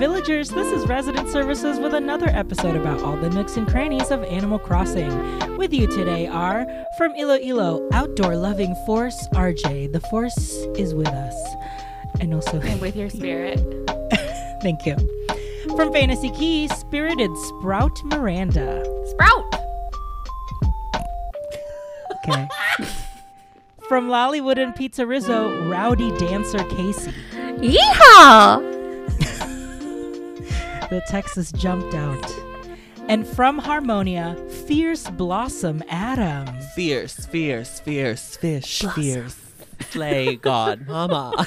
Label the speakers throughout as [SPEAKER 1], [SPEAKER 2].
[SPEAKER 1] Rogers. This is Resident Services with another episode about all the nooks and crannies of Animal Crossing. With you today are from Iloilo, outdoor loving Force RJ. The Force is with us. And also,
[SPEAKER 2] and with your spirit.
[SPEAKER 1] thank you. From Fantasy Key, spirited Sprout Miranda.
[SPEAKER 2] Sprout!
[SPEAKER 1] Okay. From Lollywood and Pizza Rizzo, rowdy dancer Casey.
[SPEAKER 2] Yeehaw!
[SPEAKER 1] The Texas jumped out. And from Harmonia, Fierce Blossom Adam.
[SPEAKER 3] Fierce, fierce, fierce, fish, fierce. Slay God, mama.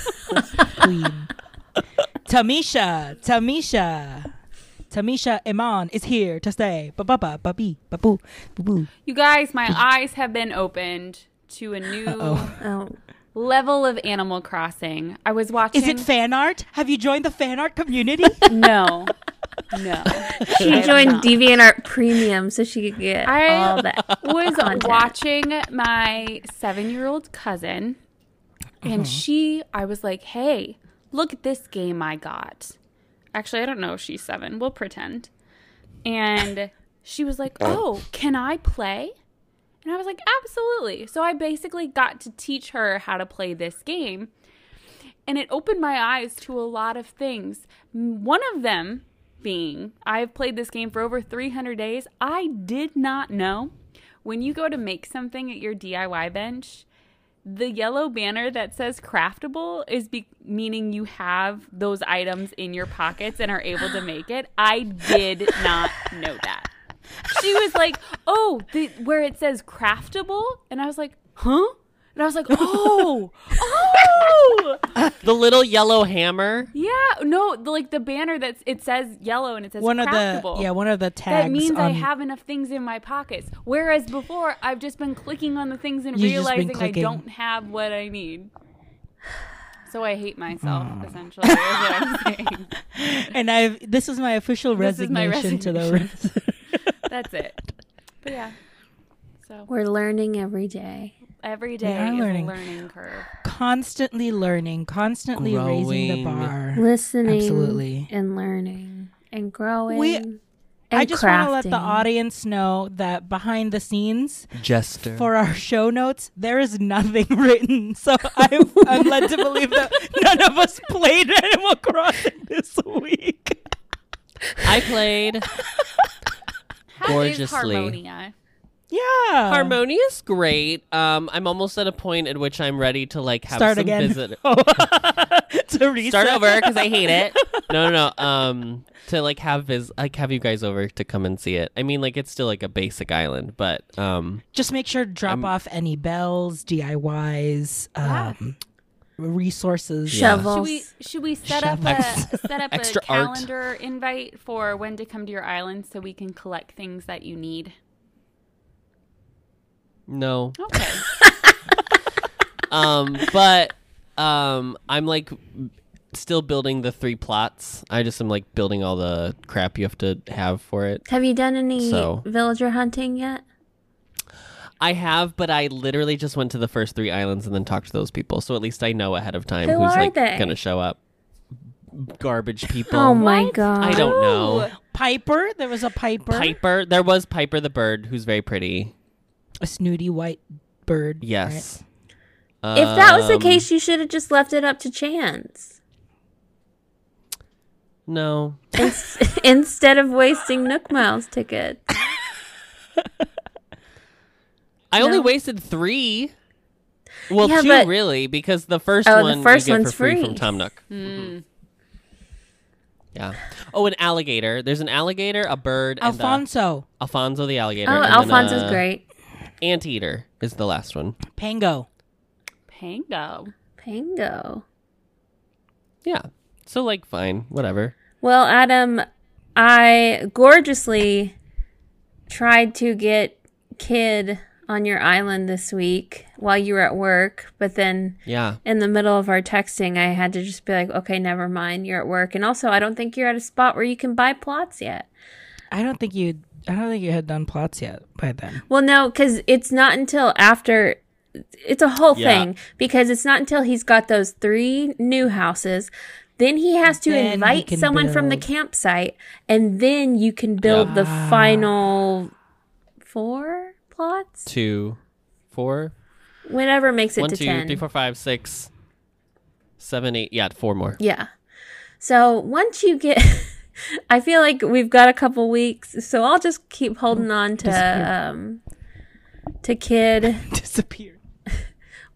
[SPEAKER 1] Queen. Tamisha, Tamisha, Tamisha Iman is here to stay. Ba ba ba ba bee ba boo boo boo.
[SPEAKER 2] You guys, my eyes have been opened to a new
[SPEAKER 4] Oh,
[SPEAKER 2] level of Animal Crossing. I was watching.
[SPEAKER 1] Is it fan art? Have you joined the fan art community?
[SPEAKER 2] No. No.
[SPEAKER 4] she joined DeviantArt Premium so she could get
[SPEAKER 2] I
[SPEAKER 4] all that.
[SPEAKER 2] was
[SPEAKER 4] content.
[SPEAKER 2] Um, watching my seven year old cousin, and she, I was like, hey, look at this game I got. Actually, I don't know if she's seven. We'll pretend. And she was like, oh, can I play? And I was like, absolutely. So I basically got to teach her how to play this game. And it opened my eyes to a lot of things. M- One of them being, I've played this game for over 300 days. I did not know when you go to make something at your DIY bench, the yellow banner that says craftable is be- meaning you have those items in your pockets and are able to make it. I did not know that. She was like, "Oh, the, where it says craftable," and I was like, "Huh?" And I was like, "Oh, oh,
[SPEAKER 3] the little yellow hammer.
[SPEAKER 2] yeah, no, the, like the banner that's it says yellow and it says
[SPEAKER 1] one of
[SPEAKER 2] craftable.
[SPEAKER 1] the yeah, one of the tags.
[SPEAKER 2] That means I
[SPEAKER 1] on-
[SPEAKER 2] have enough things in my pockets. Whereas before, I've just been clicking on the things and
[SPEAKER 1] You've just been
[SPEAKER 2] realizing I
[SPEAKER 1] clicking.
[SPEAKER 2] don't have what I need. So I hate myself,
[SPEAKER 1] Mm.
[SPEAKER 2] essentially, is what I'm saying.
[SPEAKER 1] and I've this is my official
[SPEAKER 2] This is my
[SPEAKER 1] resignation, to the.
[SPEAKER 2] That's it. But yeah. So
[SPEAKER 4] We're learning every day.
[SPEAKER 2] every day
[SPEAKER 1] are
[SPEAKER 2] is
[SPEAKER 1] learning.
[SPEAKER 2] a learning curve.
[SPEAKER 1] constantly learning, constantly raising the
[SPEAKER 3] Growing.
[SPEAKER 1] bar.
[SPEAKER 4] Listening
[SPEAKER 1] Absolutely.
[SPEAKER 4] and learning and growing.
[SPEAKER 1] We-
[SPEAKER 4] and
[SPEAKER 1] I just want to let the
[SPEAKER 4] crafting.
[SPEAKER 1] audience know that behind the scenes,
[SPEAKER 3] Jester.
[SPEAKER 1] for our show notes, there is nothing written. So I'm, I'm led to believe that none of us played Animal Crossing this week.
[SPEAKER 3] I played
[SPEAKER 2] How is
[SPEAKER 3] Gorgeously.
[SPEAKER 2] Harmonia?
[SPEAKER 1] Yeah.
[SPEAKER 3] Harmonious great. Um I'm almost at a point at which I'm ready to like have
[SPEAKER 1] Start
[SPEAKER 3] some
[SPEAKER 1] again. Oh,
[SPEAKER 3] visit-
[SPEAKER 1] to reset.
[SPEAKER 3] Start over cuz I hate it. No, no, no. Um to like have vis- like have you guys over to come and see it. I mean like it's still like a basic island, but um
[SPEAKER 1] Just make sure to drop
[SPEAKER 3] I'm-
[SPEAKER 1] off any bells, DIYs, um, resources.
[SPEAKER 4] Shovels.
[SPEAKER 2] Should we should we set
[SPEAKER 1] Chef
[SPEAKER 2] up a
[SPEAKER 1] Ex-
[SPEAKER 2] set up a
[SPEAKER 3] Extra art.
[SPEAKER 2] calendar invite for when to come to your island so we can collect things that you need?
[SPEAKER 3] no.
[SPEAKER 2] Okay.
[SPEAKER 3] um but um i'm like still building the three plots i just am like building all the crap you have to have for it
[SPEAKER 4] Have you done any
[SPEAKER 3] So.
[SPEAKER 4] villager hunting yet?
[SPEAKER 3] i have but i literally just went to the first three islands and then talked to those people so at least i know ahead of time
[SPEAKER 4] Who
[SPEAKER 3] who's
[SPEAKER 4] are
[SPEAKER 3] like
[SPEAKER 4] they?
[SPEAKER 3] gonna show up garbage people
[SPEAKER 4] Oh my
[SPEAKER 2] What?
[SPEAKER 4] god.
[SPEAKER 3] i don't know
[SPEAKER 1] Piper. There was a Piper.
[SPEAKER 3] piper there was piper the bird who's very pretty
[SPEAKER 1] a snooty white bird.
[SPEAKER 3] yes
[SPEAKER 4] If that was the
[SPEAKER 3] Um,
[SPEAKER 4] case, you should have just left it up to chance.
[SPEAKER 3] no
[SPEAKER 4] Ins- instead of wasting Nook Miles tickets.
[SPEAKER 3] I only
[SPEAKER 4] No.
[SPEAKER 3] wasted three. Well,
[SPEAKER 4] Yeah,
[SPEAKER 3] two
[SPEAKER 4] but-
[SPEAKER 3] really, because the first
[SPEAKER 4] Oh, the
[SPEAKER 3] one
[SPEAKER 4] first
[SPEAKER 3] you get
[SPEAKER 4] one's
[SPEAKER 3] for free, from
[SPEAKER 4] free. Hmm.
[SPEAKER 3] Tom Nook. Mhm. Yeah. Oh, an alligator. There's an alligator, a bird, and uh,
[SPEAKER 1] Alfonso,
[SPEAKER 3] a, Alfonso the alligator.
[SPEAKER 4] Oh,
[SPEAKER 3] and then
[SPEAKER 4] Alfonso's
[SPEAKER 3] a
[SPEAKER 4] great.
[SPEAKER 3] Anteater is the last one.
[SPEAKER 1] Pango.
[SPEAKER 2] Pango.
[SPEAKER 4] Pango.
[SPEAKER 3] Yeah. So like, fine, whatever.
[SPEAKER 4] Well, Adam, I gorgeously tried to get Kid on your island this week while you were at work, but then
[SPEAKER 3] Yeah.
[SPEAKER 4] in the middle of our texting, I had to just be like, okay, never mind, you're at work. And also, I don't think you're at a spot where you can buy plots yet.
[SPEAKER 1] I don't think you. I don't think you had done plots yet by then.
[SPEAKER 4] Well, no, because it's not until after. It's a whole
[SPEAKER 3] Yeah.
[SPEAKER 4] thing because it's not until he's got those three new houses, Then he has to
[SPEAKER 1] Then he
[SPEAKER 4] invite
[SPEAKER 1] can
[SPEAKER 4] someone from the
[SPEAKER 1] build.
[SPEAKER 4] campsite, and then you can build the final four plots,
[SPEAKER 3] Two, four,
[SPEAKER 4] whatever makes it
[SPEAKER 3] one,
[SPEAKER 4] to
[SPEAKER 3] two,
[SPEAKER 4] ten.
[SPEAKER 3] three, four, five, six, seven, eight. Yeah, four more.
[SPEAKER 4] Yeah. So once you get, I feel like we've got a couple weeks, so I'll just keep holding on to um, to Kid
[SPEAKER 1] Disappeared.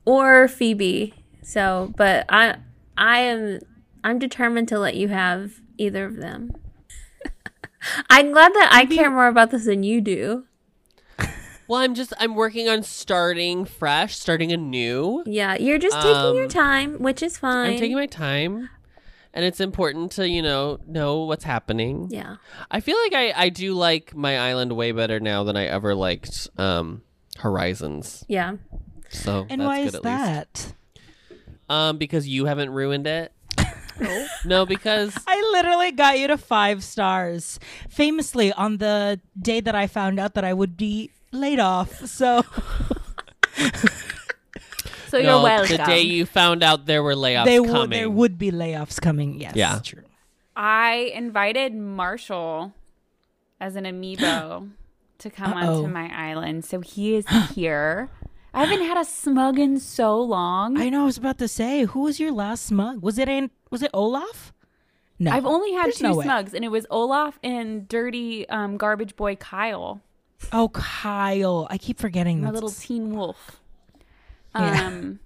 [SPEAKER 4] or Phoebe. So, but I, I am, I'm determined to let you have either of them. I'm glad that I care more about this than you do.
[SPEAKER 3] Well, I'm just I'm working on starting fresh, starting anew.
[SPEAKER 4] Yeah, you're just taking your
[SPEAKER 3] Um,
[SPEAKER 4] time, which is fine.
[SPEAKER 3] I'm taking my time, and it's important to you know know what's happening.
[SPEAKER 4] yeah,
[SPEAKER 3] I feel like I I do like my island way better now than I ever liked um Horizons.
[SPEAKER 4] yeah.
[SPEAKER 3] So
[SPEAKER 1] And
[SPEAKER 3] that's
[SPEAKER 1] why
[SPEAKER 3] good
[SPEAKER 1] is
[SPEAKER 3] at least.
[SPEAKER 1] that?
[SPEAKER 3] Um, because you haven't ruined it. no, because
[SPEAKER 1] I literally got you to five stars. Famously, on the day that I found out that I would be laid off. So
[SPEAKER 2] So
[SPEAKER 3] no,
[SPEAKER 2] you're welcome.
[SPEAKER 3] the day you found out there were layoffs
[SPEAKER 1] they
[SPEAKER 3] coming.
[SPEAKER 1] would there would be layoffs coming. Yes.
[SPEAKER 3] Yeah.
[SPEAKER 1] True.
[SPEAKER 2] I invited Marshall as an amiibo to come
[SPEAKER 1] Uh-oh.
[SPEAKER 2] onto my island, so he is here. I haven't had a smug in so long.
[SPEAKER 1] I know I was about to say, who was your last smug? Was it Aunt, was it Olaf? No.
[SPEAKER 2] I've only had
[SPEAKER 1] There's
[SPEAKER 2] two
[SPEAKER 1] no way.
[SPEAKER 2] smugs, and it was Olaf and dirty um, garbage boy Kyle,
[SPEAKER 1] Oh Kyle. I keep forgetting
[SPEAKER 2] my
[SPEAKER 1] that.
[SPEAKER 2] little teen wolf.
[SPEAKER 1] Yeah.
[SPEAKER 2] Um,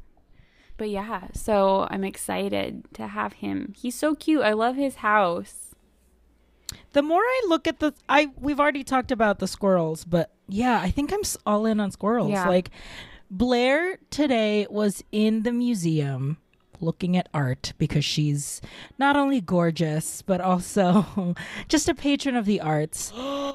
[SPEAKER 2] but yeah, so I'm excited to have him. He's so cute. I love his house.
[SPEAKER 1] The more I look at the, I we've already talked about the squirrels, but yeah, I think I'm s- all in on squirrels.
[SPEAKER 2] Yeah.
[SPEAKER 1] Like Blair today was in the museum looking at art because she's not only gorgeous but also just a patron of the arts.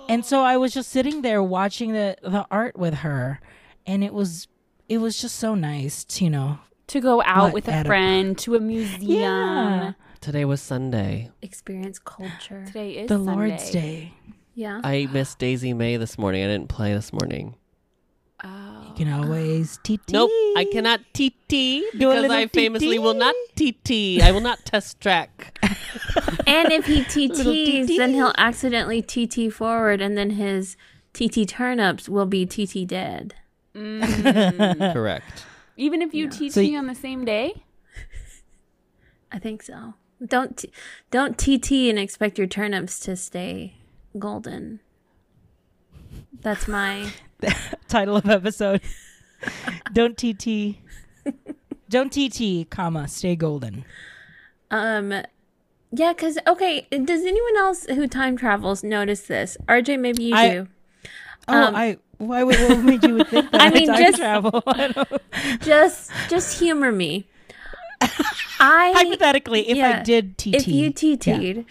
[SPEAKER 1] and so I was just sitting there watching the the art with her, and it was it was just so nice, to, you know.
[SPEAKER 2] To go out
[SPEAKER 1] What
[SPEAKER 2] with a
[SPEAKER 1] at a-
[SPEAKER 2] friend to a museum.
[SPEAKER 1] Yeah.
[SPEAKER 3] Today was Sunday.
[SPEAKER 4] Experience culture.
[SPEAKER 2] Today is
[SPEAKER 1] The
[SPEAKER 2] Sunday.
[SPEAKER 1] Lord's Day.
[SPEAKER 4] Yeah.
[SPEAKER 1] Ah.
[SPEAKER 3] I missed Daisy May this morning. I didn't play this morning.
[SPEAKER 2] Oh.
[SPEAKER 1] You can always TT.
[SPEAKER 3] Nope, I cannot TT because
[SPEAKER 1] little
[SPEAKER 3] I famously will
[SPEAKER 1] TT.
[SPEAKER 3] not TT. I will not test track.
[SPEAKER 4] And if he TTs, then he'll accidentally TT forward, and then his TT turnips will be TT dead.
[SPEAKER 3] Correct.
[SPEAKER 2] Even if you teach
[SPEAKER 1] So y-
[SPEAKER 2] me on the same day?
[SPEAKER 4] I think so. Don't t- don't TT and expect your turnips to stay golden. That's my
[SPEAKER 1] title of episode. Don't TT. Don't TT, comma, stay golden.
[SPEAKER 4] um yeah, cuz okay, does anyone else who time travels notice this? RJ, maybe you
[SPEAKER 1] I-
[SPEAKER 4] do.
[SPEAKER 1] Oh, I. Why would what made you would think that?
[SPEAKER 4] Um, I mean,
[SPEAKER 1] time
[SPEAKER 4] just-
[SPEAKER 1] travel. I don't-
[SPEAKER 4] Just just humor me. I
[SPEAKER 1] Hypothetically, if I
[SPEAKER 4] yeah,
[SPEAKER 1] did TT,
[SPEAKER 4] if you TT'd,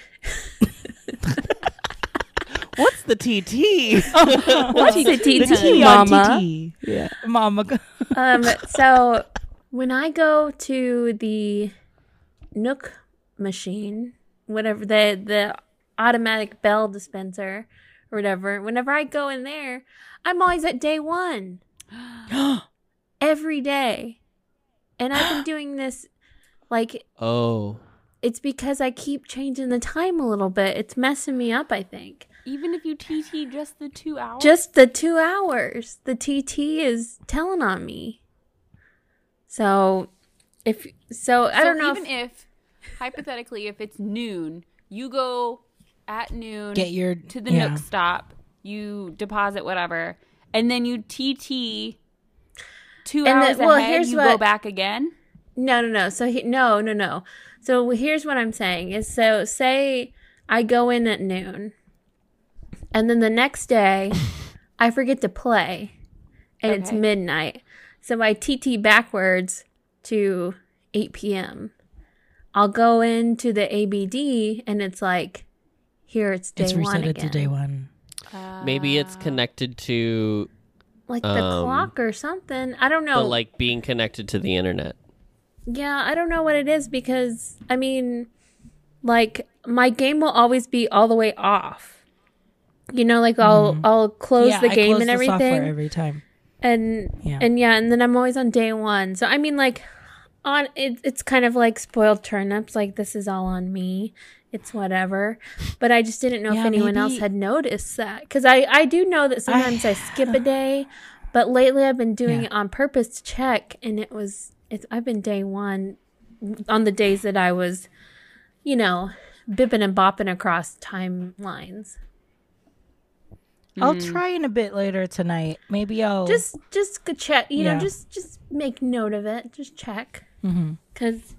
[SPEAKER 3] What's the TT?
[SPEAKER 4] what's the TT,
[SPEAKER 1] the Oh, T on
[SPEAKER 4] mama?
[SPEAKER 1] TT, yeah, mama.
[SPEAKER 4] Um, so when I go to the Nook machine, whatever the the automatic bell dispenser or whatever, whenever I go in there, I'm always at day one every day, and I've been doing this like
[SPEAKER 3] oh,
[SPEAKER 4] it's because I keep changing the time a little bit. It's messing me up, I think.
[SPEAKER 2] Even if you TT just the two hours?
[SPEAKER 4] Just the two hours. The TT is telling on me. So, if so, I
[SPEAKER 2] So
[SPEAKER 4] don't know.
[SPEAKER 2] Even
[SPEAKER 4] if,
[SPEAKER 2] if, hypothetically, if it's noon, you go at noon
[SPEAKER 1] Get your
[SPEAKER 2] to the
[SPEAKER 1] yeah.
[SPEAKER 2] Nook stop, you deposit whatever, and then you TT two
[SPEAKER 4] And the-
[SPEAKER 2] hours
[SPEAKER 4] well,
[SPEAKER 2] ahead,
[SPEAKER 4] here's
[SPEAKER 2] you go
[SPEAKER 4] what-
[SPEAKER 2] back again.
[SPEAKER 4] no, no, no. So he, no, no, no. So here's what I'm saying is so say I go in at noon, and then the next day I forget to play, and it's
[SPEAKER 2] Okay.
[SPEAKER 4] midnight. So I TT backwards to 8 p.m. I'll go into the ABD, and it's like. Here it's day
[SPEAKER 1] It's
[SPEAKER 4] one
[SPEAKER 1] resetted
[SPEAKER 4] again.
[SPEAKER 1] to day one.
[SPEAKER 3] maybe it's connected to
[SPEAKER 4] like the
[SPEAKER 3] Um,
[SPEAKER 4] clock or something. I don't know.
[SPEAKER 3] the like being connected to the internet.
[SPEAKER 4] yeah, I don't know what it is because I mean, like my game will always be all the way off. You know, like I'll I'll close
[SPEAKER 1] Mm-hmm. yeah,
[SPEAKER 4] the
[SPEAKER 1] I
[SPEAKER 4] game
[SPEAKER 1] close
[SPEAKER 4] and
[SPEAKER 1] the software
[SPEAKER 4] everything,
[SPEAKER 1] every time.
[SPEAKER 4] and
[SPEAKER 1] Yeah.
[SPEAKER 4] and yeah, and then I'm always on day one. So I mean, like on it, it's kind of like spoiled turnips like this is all on me it's whatever but i just didn't know
[SPEAKER 1] Yeah,
[SPEAKER 4] if anyone else
[SPEAKER 1] maybe-
[SPEAKER 4] had noticed that because i i do know that sometimes I, skip a day but lately i've been doing
[SPEAKER 1] Yeah.
[SPEAKER 4] it on purpose to check and it was it's i've been day one on the days that i was you know bipping and bopping across timelines
[SPEAKER 3] Mm-hmm.
[SPEAKER 1] I'll try in a bit later tonight. Maybe I'll
[SPEAKER 4] just just go check you
[SPEAKER 1] Yeah. Mm-hmm.
[SPEAKER 4] know just just make note of it just check because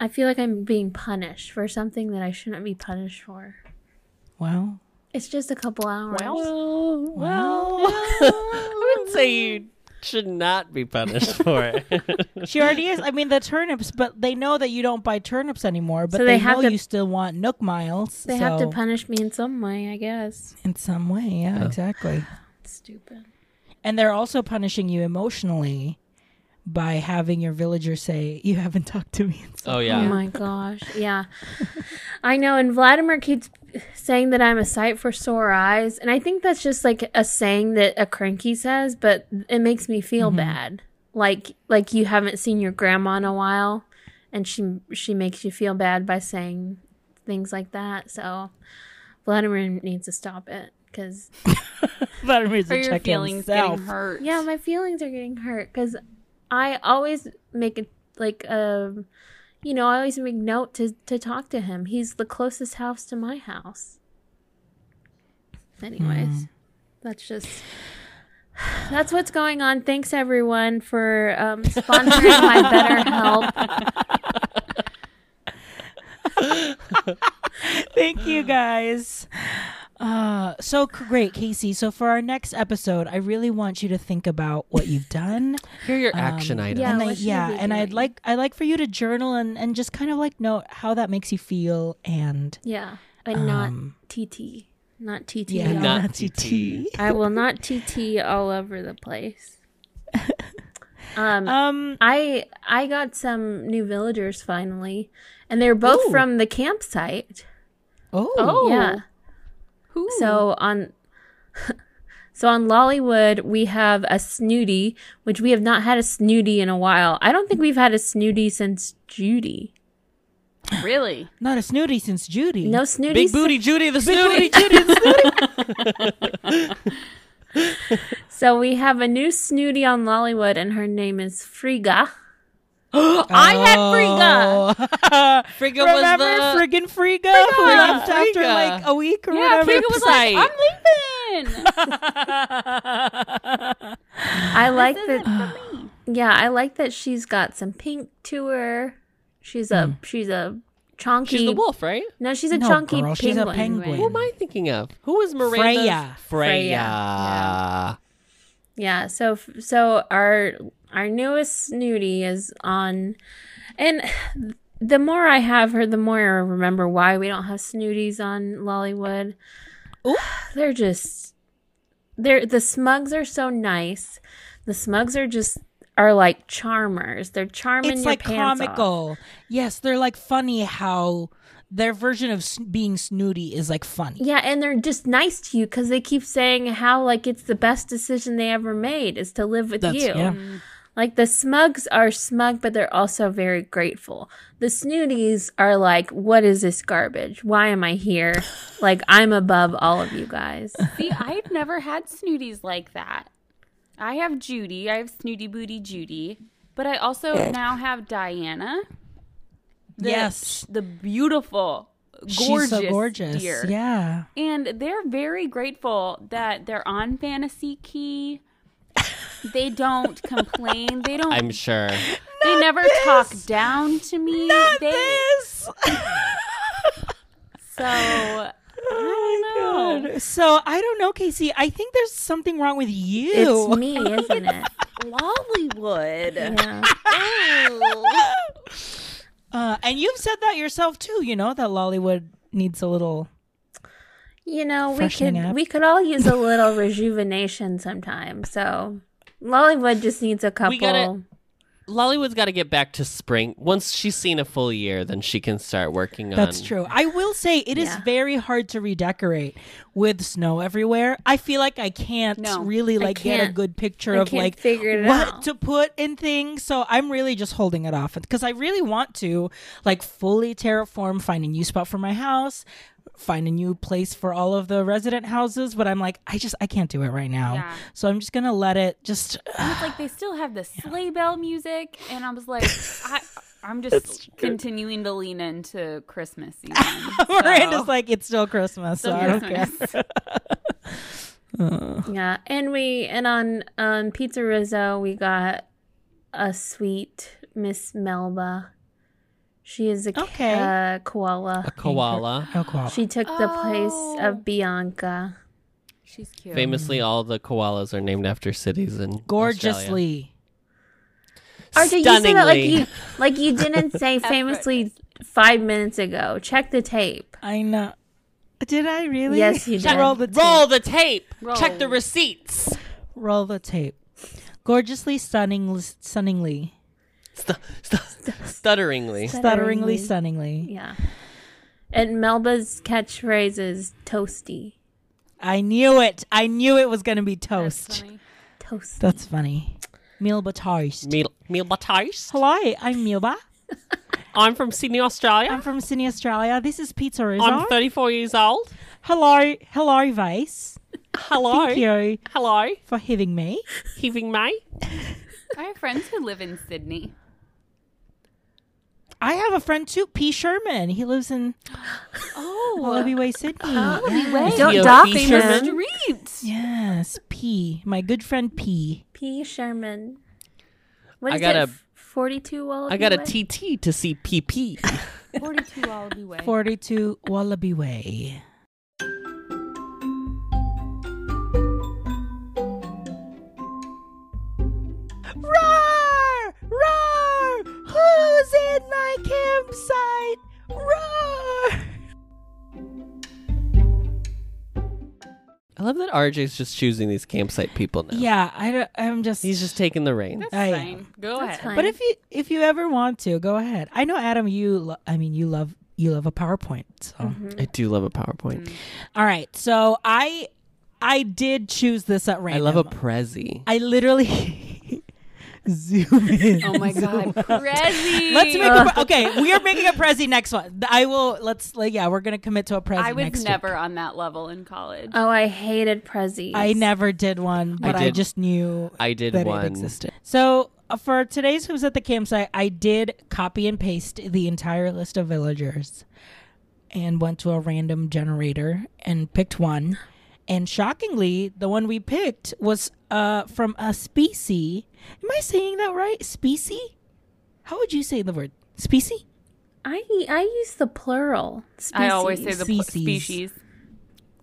[SPEAKER 4] i feel like i'm being punished for something that i shouldn't be punished for
[SPEAKER 1] well,
[SPEAKER 4] it's just a couple hours
[SPEAKER 3] Well, well, I would say you should not be punished for it.
[SPEAKER 1] She already is. I mean, the turnips, but they know that you don't buy turnips anymore. But
[SPEAKER 4] So
[SPEAKER 1] they,
[SPEAKER 4] they have
[SPEAKER 1] know
[SPEAKER 4] to-
[SPEAKER 1] you still want Nook Miles.
[SPEAKER 4] they have to
[SPEAKER 1] so-
[SPEAKER 4] punish me in some way i guess
[SPEAKER 1] in some way. Yeah, exactly.
[SPEAKER 4] stupid
[SPEAKER 1] And they're also punishing you emotionally by having your villager say, "You haven't talked to me." In so-
[SPEAKER 3] oh
[SPEAKER 4] oh
[SPEAKER 3] yeah.
[SPEAKER 4] my gosh yeah i know and vladimir keeps saying that i'm a sight for sore eyes and i think that's just like a saying that a cranky says but it makes me feel bad like like you haven't seen your grandma in a while and she she makes you feel bad by saying things like that so vladimir needs to stop it because
[SPEAKER 1] Vladimir
[SPEAKER 2] For your feelings
[SPEAKER 1] himself.
[SPEAKER 2] getting hurt.
[SPEAKER 4] yeah my feelings are getting hurt because i always make it like um you know i always make note to to talk to him he's the closest house to my house anyways that's just that's what's going on thanks everyone for um sponsoring my better help
[SPEAKER 1] Thank you guys. Uh, so c- great, Casey. So for our next episode, I really want you to think about what you've done.
[SPEAKER 3] Here are your action items.
[SPEAKER 1] and
[SPEAKER 4] um, yeah.
[SPEAKER 1] I,
[SPEAKER 4] what should you
[SPEAKER 1] yeah,
[SPEAKER 4] be
[SPEAKER 1] and I'd
[SPEAKER 4] doing?
[SPEAKER 1] like I would like for you to journal and and just kind of like note how that makes you feel and
[SPEAKER 4] yeah and not tt not tt
[SPEAKER 1] yeah,
[SPEAKER 4] y'all.
[SPEAKER 3] not
[SPEAKER 1] not
[SPEAKER 3] TT.
[SPEAKER 1] TT.
[SPEAKER 4] i will not tt all over the place um
[SPEAKER 1] Um,
[SPEAKER 4] I I got some new villagers finally, and they're both
[SPEAKER 1] Ooh.
[SPEAKER 4] from the campsite.
[SPEAKER 1] oh,
[SPEAKER 2] Oh.
[SPEAKER 4] Yeah.
[SPEAKER 2] Who?
[SPEAKER 4] So on So on Lollywood, we have a snooty, which we have not had a snooty in a while. I don't think we've had a snooty since Judy.
[SPEAKER 2] really?
[SPEAKER 1] not a snooty since Judy.
[SPEAKER 4] No snooty.
[SPEAKER 3] Big
[SPEAKER 4] since-
[SPEAKER 3] booty Judy the snooty.
[SPEAKER 4] So we have a new snooty on Lollywood, and her name is Friga.
[SPEAKER 2] I had Frigga.
[SPEAKER 1] Frigga.
[SPEAKER 3] Frigga
[SPEAKER 1] Oh. Remember
[SPEAKER 3] was
[SPEAKER 1] friggin' Frigga? Who left after
[SPEAKER 3] Frigga.
[SPEAKER 1] like a week or
[SPEAKER 2] Yeah,
[SPEAKER 1] whatever?
[SPEAKER 2] Frigga was like, I'm leaving.
[SPEAKER 4] I like that. Yeah, I like that she's got some pink to her. She's a she's a chonky.
[SPEAKER 3] the. Hmm. She's the wolf, right?
[SPEAKER 4] No, she's a
[SPEAKER 1] No,
[SPEAKER 4] chunky
[SPEAKER 1] girl,
[SPEAKER 4] penguin.
[SPEAKER 1] she's a penguin.
[SPEAKER 3] Who am I thinking of? Who is Miranda's?
[SPEAKER 1] Freya.
[SPEAKER 3] Freya.
[SPEAKER 4] Yeah. Yeah. So f- so our our newest snooty is on, and the more I have her, the more I remember why we don't have snooties on Lollywood.
[SPEAKER 1] Ooh.
[SPEAKER 4] They're just they're the smugs are so nice. The smugs are just are like charmers. They're charming.
[SPEAKER 1] It's
[SPEAKER 4] your
[SPEAKER 1] like
[SPEAKER 4] pants off.
[SPEAKER 1] comical. Yes, they're like funny how their version of s- being snooty is like funny.
[SPEAKER 4] Yeah, and they're just nice to you because they keep saying how like it's the best decision they ever made is to live with you.
[SPEAKER 1] yeah.
[SPEAKER 4] Like the smugs are smug, but they're also very grateful. The snooties are like, what is this garbage? Why am I here? like I'm above all of you guys.
[SPEAKER 2] See, I've never had snooties like that. I have Judy. I have Snooty Booty Judy. But I also now have Diana. the-
[SPEAKER 1] yes.
[SPEAKER 2] The beautiful, gorgeous,
[SPEAKER 1] She's so gorgeous.
[SPEAKER 2] deer.
[SPEAKER 1] Yeah.
[SPEAKER 2] And they're very grateful that they're on Fantasy Key. They don't complain. They don't.
[SPEAKER 3] I'm sure.
[SPEAKER 2] they never talk down to me. they,
[SPEAKER 1] this.
[SPEAKER 2] So
[SPEAKER 1] Oh my God. So I don't know, Casey. I think there's something wrong with you.
[SPEAKER 4] It's me, isn't it?
[SPEAKER 2] Lollywood.
[SPEAKER 4] Yeah.
[SPEAKER 1] Uh, and you've said that yourself too. You know that Lollywood needs a little.
[SPEAKER 4] You know, we
[SPEAKER 1] Freshening
[SPEAKER 4] could
[SPEAKER 1] up.
[SPEAKER 4] we could all use a little rejuvenation sometime. So Lollywood just needs a couple
[SPEAKER 3] gotta- Lollywood's got to get back to spring. Once she's seen a full year, then she can start working on.
[SPEAKER 1] That's true. I will say it is
[SPEAKER 4] Yeah.
[SPEAKER 1] very hard to redecorate with snow everywhere. I feel like I can't
[SPEAKER 2] No,
[SPEAKER 1] really like get a
[SPEAKER 4] can't.
[SPEAKER 1] good picture
[SPEAKER 4] I
[SPEAKER 1] of
[SPEAKER 4] can't
[SPEAKER 1] like
[SPEAKER 4] figure it
[SPEAKER 1] what
[SPEAKER 4] out.
[SPEAKER 1] to put in things. So I'm really just holding it off because I really want to like fully terraform, find a new spot for my house, find a new place for all of the resident houses. But I'm like, I just I can't do it right now.
[SPEAKER 2] Yeah.
[SPEAKER 1] So I'm just gonna let it just.
[SPEAKER 2] And it's like they still have the sleigh bell music, and I was like, I, I'm just continuing to lean into Christmas season.
[SPEAKER 1] Miranda's like, it's still Christmas, so
[SPEAKER 2] Still
[SPEAKER 1] I don't care.
[SPEAKER 2] Christmas.
[SPEAKER 4] Yeah, and we and on on Pizza Rizzo we got a sweet Miss Melba. She is a
[SPEAKER 1] Okay.
[SPEAKER 4] ca- uh, koala.
[SPEAKER 3] koala.
[SPEAKER 1] Oh, cool.
[SPEAKER 4] She took the place
[SPEAKER 2] Oh.
[SPEAKER 4] of Bianca.
[SPEAKER 2] She's cute.
[SPEAKER 3] Famously, all the koalas are named after cities in Australia.
[SPEAKER 1] Gorgeously.
[SPEAKER 4] RJ, you said that like
[SPEAKER 3] Stunningly.
[SPEAKER 4] you like you didn't say famously five minutes ago. Check the tape.
[SPEAKER 1] I know. Did I really?
[SPEAKER 4] Yes, you did.
[SPEAKER 1] Roll the tape.
[SPEAKER 3] Roll the tape.
[SPEAKER 2] Roll.
[SPEAKER 3] Check the receipts.
[SPEAKER 1] Roll the tape. Gorgeously, stunning, stunningly,
[SPEAKER 3] Stu- stu- stutteringly.
[SPEAKER 1] stutteringly, stunningly.
[SPEAKER 4] Yeah. And Melba's catchphrase is toasty.
[SPEAKER 1] I knew it. I knew it was going to be
[SPEAKER 2] That's
[SPEAKER 1] toast.
[SPEAKER 2] funny.
[SPEAKER 4] Toasty.
[SPEAKER 1] That's funny. Milba toast.
[SPEAKER 3] Meal, meal baptized.
[SPEAKER 1] Hello, I'm Milba.
[SPEAKER 3] I'm from Sydney, Australia.
[SPEAKER 1] I'm from Sydney, Australia. This is Pizza
[SPEAKER 3] I'm
[SPEAKER 1] Rizzo.
[SPEAKER 3] 34 years old.
[SPEAKER 1] hello, hello, Vase.
[SPEAKER 3] Hello.
[SPEAKER 1] Thank you
[SPEAKER 3] Hello.
[SPEAKER 1] for having me.
[SPEAKER 3] Heaving May.
[SPEAKER 2] I have friends who live in Sydney.
[SPEAKER 1] I have a friend too, P. Sherman. He lives in Wallaby
[SPEAKER 2] Oh,
[SPEAKER 1] Way, Sydney.
[SPEAKER 2] way.
[SPEAKER 4] Don't
[SPEAKER 3] Yo,
[SPEAKER 4] dock
[SPEAKER 3] P.
[SPEAKER 2] famous
[SPEAKER 3] Sherman.
[SPEAKER 4] him.
[SPEAKER 2] street.
[SPEAKER 1] Yes, P. My good friend P.
[SPEAKER 4] P. Sherman. What
[SPEAKER 3] I
[SPEAKER 4] is
[SPEAKER 3] got
[SPEAKER 4] it?
[SPEAKER 3] a-
[SPEAKER 4] Forty-two Wallaby
[SPEAKER 3] I got a
[SPEAKER 4] Way?
[SPEAKER 3] TT to see PP.
[SPEAKER 2] 42 Wallaby Way.
[SPEAKER 1] 42 Wallaby Way. Roar! Roar! Who's in my campsite? Roar!
[SPEAKER 3] I love that RJ's just choosing these campsite people now.
[SPEAKER 1] Yeah, I don't, I'm just.
[SPEAKER 3] He's just taking the reins.
[SPEAKER 2] That's
[SPEAKER 1] I-
[SPEAKER 2] fine. Go
[SPEAKER 4] That's
[SPEAKER 2] ahead.
[SPEAKER 4] fine.
[SPEAKER 1] But if you if you ever want to, go ahead. I know Adam, you. Lo- I mean, you love you love a PowerPoint. So.
[SPEAKER 3] I do love a PowerPoint.
[SPEAKER 1] All right, so I I did choose this at
[SPEAKER 3] I
[SPEAKER 1] random.
[SPEAKER 3] love a Prezi.
[SPEAKER 1] I literally zoom in.
[SPEAKER 2] Oh my God. Prezi.
[SPEAKER 1] Let's make a pre- okay. We are making a Prezi next one. I will. Let's. like, Yeah, we're gonna commit to a Prezi.
[SPEAKER 2] I
[SPEAKER 1] next
[SPEAKER 2] was
[SPEAKER 1] week.
[SPEAKER 2] never on that level in college.
[SPEAKER 4] Oh, I hated Prezi.
[SPEAKER 1] I never did one, but I,
[SPEAKER 3] did-
[SPEAKER 1] just knew
[SPEAKER 3] I did
[SPEAKER 1] that
[SPEAKER 3] one.
[SPEAKER 1] it existed. So uh, for today's Who's at the Campsite, I did copy and paste the entire list of villagers, and went to a random generator and picked one. And shockingly, the one we picked was uh, from a species. Am I saying that right? Species? How would you say the word species?
[SPEAKER 4] I I use the plural. Species.
[SPEAKER 2] I always say the pl-
[SPEAKER 1] Species.
[SPEAKER 2] species.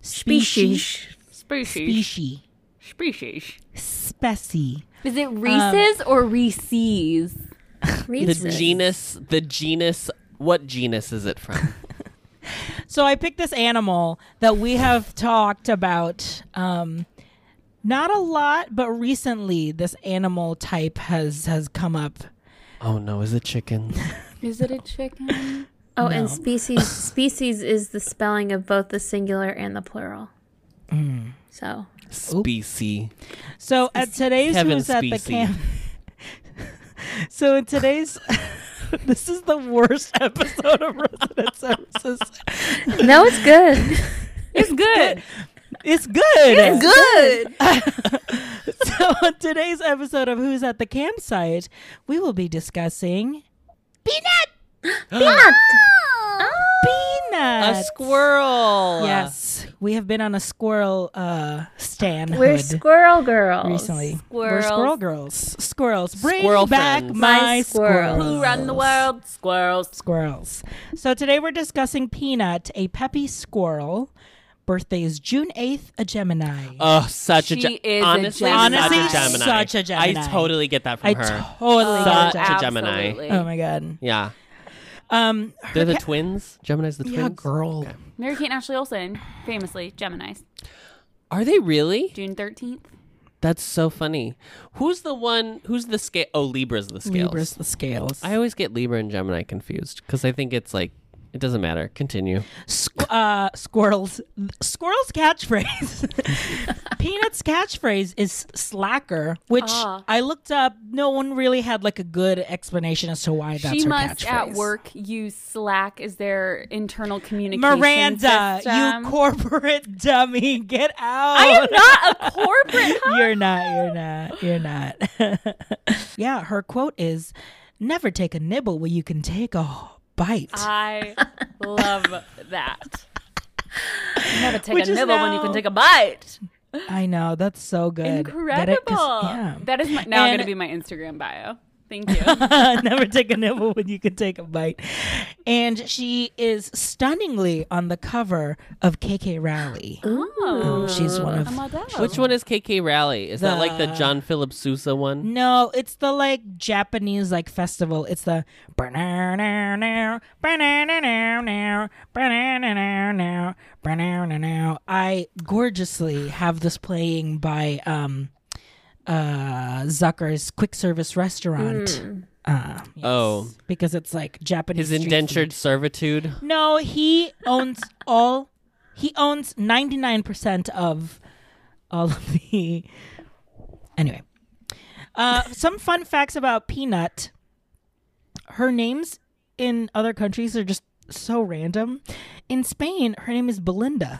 [SPEAKER 4] species.
[SPEAKER 2] Species.
[SPEAKER 1] Species.
[SPEAKER 2] Species. Um,
[SPEAKER 1] Specie.
[SPEAKER 2] Is it Reese's or Reese's?
[SPEAKER 3] the
[SPEAKER 4] Reese's.
[SPEAKER 3] genus. The genus. What genus is it from?
[SPEAKER 1] So I picked this animal that we have talked about um not a lot, but recently this animal type has has come up.
[SPEAKER 3] oh no, is it chicken?
[SPEAKER 2] Is it a chicken?
[SPEAKER 4] Oh, and species species is the spelling of both the singular and the plural.
[SPEAKER 1] Mm.
[SPEAKER 4] So
[SPEAKER 3] Specie.
[SPEAKER 1] So at today's
[SPEAKER 3] Kevin
[SPEAKER 1] who's at the
[SPEAKER 3] Spacey.
[SPEAKER 1] camp. so in today's this is the worst episode of Resident Services.
[SPEAKER 4] that was good.
[SPEAKER 2] It's good.
[SPEAKER 1] It's good. It's
[SPEAKER 4] good.
[SPEAKER 1] So on today's episode of Who's at the Campsite, we will be discussing
[SPEAKER 3] A
[SPEAKER 2] Oh.
[SPEAKER 4] Ah,
[SPEAKER 1] peanuts.
[SPEAKER 3] squirrel.
[SPEAKER 1] Yes, we have been on a squirrel uh stand
[SPEAKER 4] We're squirrel girls.
[SPEAKER 1] recently. We're
[SPEAKER 2] Squirrels.
[SPEAKER 1] squirrel girls. Squirrels. Bring
[SPEAKER 3] Squirrel
[SPEAKER 1] back
[SPEAKER 3] friends.
[SPEAKER 1] my,
[SPEAKER 4] My squirrels.
[SPEAKER 1] squirrels.
[SPEAKER 2] Who run the world? Squirrels.
[SPEAKER 1] Squirrels. So today we're discussing Peanut, a peppy squirrel. Birthday is June 8th, a Gemini.
[SPEAKER 3] Oh, such a
[SPEAKER 2] She
[SPEAKER 3] Ge-
[SPEAKER 2] is a
[SPEAKER 3] honestly,
[SPEAKER 2] Gemini.
[SPEAKER 3] such a
[SPEAKER 2] Honestly,
[SPEAKER 3] Gemini.
[SPEAKER 1] such a Gemini.
[SPEAKER 3] I totally get that from
[SPEAKER 1] I
[SPEAKER 3] her.
[SPEAKER 1] totally get
[SPEAKER 3] Such
[SPEAKER 1] that.
[SPEAKER 3] a Gemini.
[SPEAKER 2] Absolutely.
[SPEAKER 1] Oh my god.
[SPEAKER 3] yeah,
[SPEAKER 1] Um
[SPEAKER 3] they're the twins. Gemini's the twins.
[SPEAKER 1] yeah, girl.
[SPEAKER 2] Mary Kate and Ashley Olsen, famously Gemini's,
[SPEAKER 3] Are they really?
[SPEAKER 2] June thirteenth.
[SPEAKER 3] That's so funny. Who's the one? Who's the scale? Oh, Libra's the scales.
[SPEAKER 1] Libra's the scales.
[SPEAKER 3] I always get Libra and Gemini confused because I think it's like it doesn't matter. Continue.
[SPEAKER 1] Squ- uh, squirrels. Squirrels catchphrase. Peanuts catchphrase is slacker, which
[SPEAKER 2] Ah.
[SPEAKER 1] I looked up. No one really had like a good explanation as to why that's
[SPEAKER 2] she
[SPEAKER 1] her
[SPEAKER 2] must at
[SPEAKER 1] catchphrase.
[SPEAKER 2] work use Slack as their internal communication
[SPEAKER 1] Miranda,
[SPEAKER 2] system.
[SPEAKER 1] you corporate dummy, get out.
[SPEAKER 2] um, I am not a corporate. hub.
[SPEAKER 1] You're not. You're not. You're not. yeah, her quote is never take a nibble where you can take a bite.
[SPEAKER 2] I love that. Never take
[SPEAKER 1] Which
[SPEAKER 2] a
[SPEAKER 1] is
[SPEAKER 2] nibble when you
[SPEAKER 1] now
[SPEAKER 2] can take a bite.
[SPEAKER 1] I know. That's so good. Get
[SPEAKER 2] Incredible.
[SPEAKER 1] it? 'Cause- yeah.
[SPEAKER 2] That is my, now
[SPEAKER 1] And-
[SPEAKER 2] going to be my Instagram bio. Thank you. Oh
[SPEAKER 1] Never take a nibble when you can take a bite. And she is stunningly on the cover of KK Rally. Um,
[SPEAKER 2] oh,
[SPEAKER 1] She's one of.
[SPEAKER 2] a model.
[SPEAKER 3] Which one is KK Rally? Is that like the
[SPEAKER 1] Oh. The- Mm,
[SPEAKER 3] John Philip Sousa one?
[SPEAKER 1] No, it's the like Japanese like festival. It's the I gorgeously have this playing by um uh Zucker's quick service restaurant. Uh, yes.
[SPEAKER 3] Oh.
[SPEAKER 1] because it's like Japanese
[SPEAKER 3] His
[SPEAKER 1] street
[SPEAKER 3] indentured servitude.
[SPEAKER 1] no, he owns all. He owns ninety nine percent of all of the. Anyway, uh, some fun facts about Peanut. Her names in other countries are just so random. In Spain, her name is Belinda.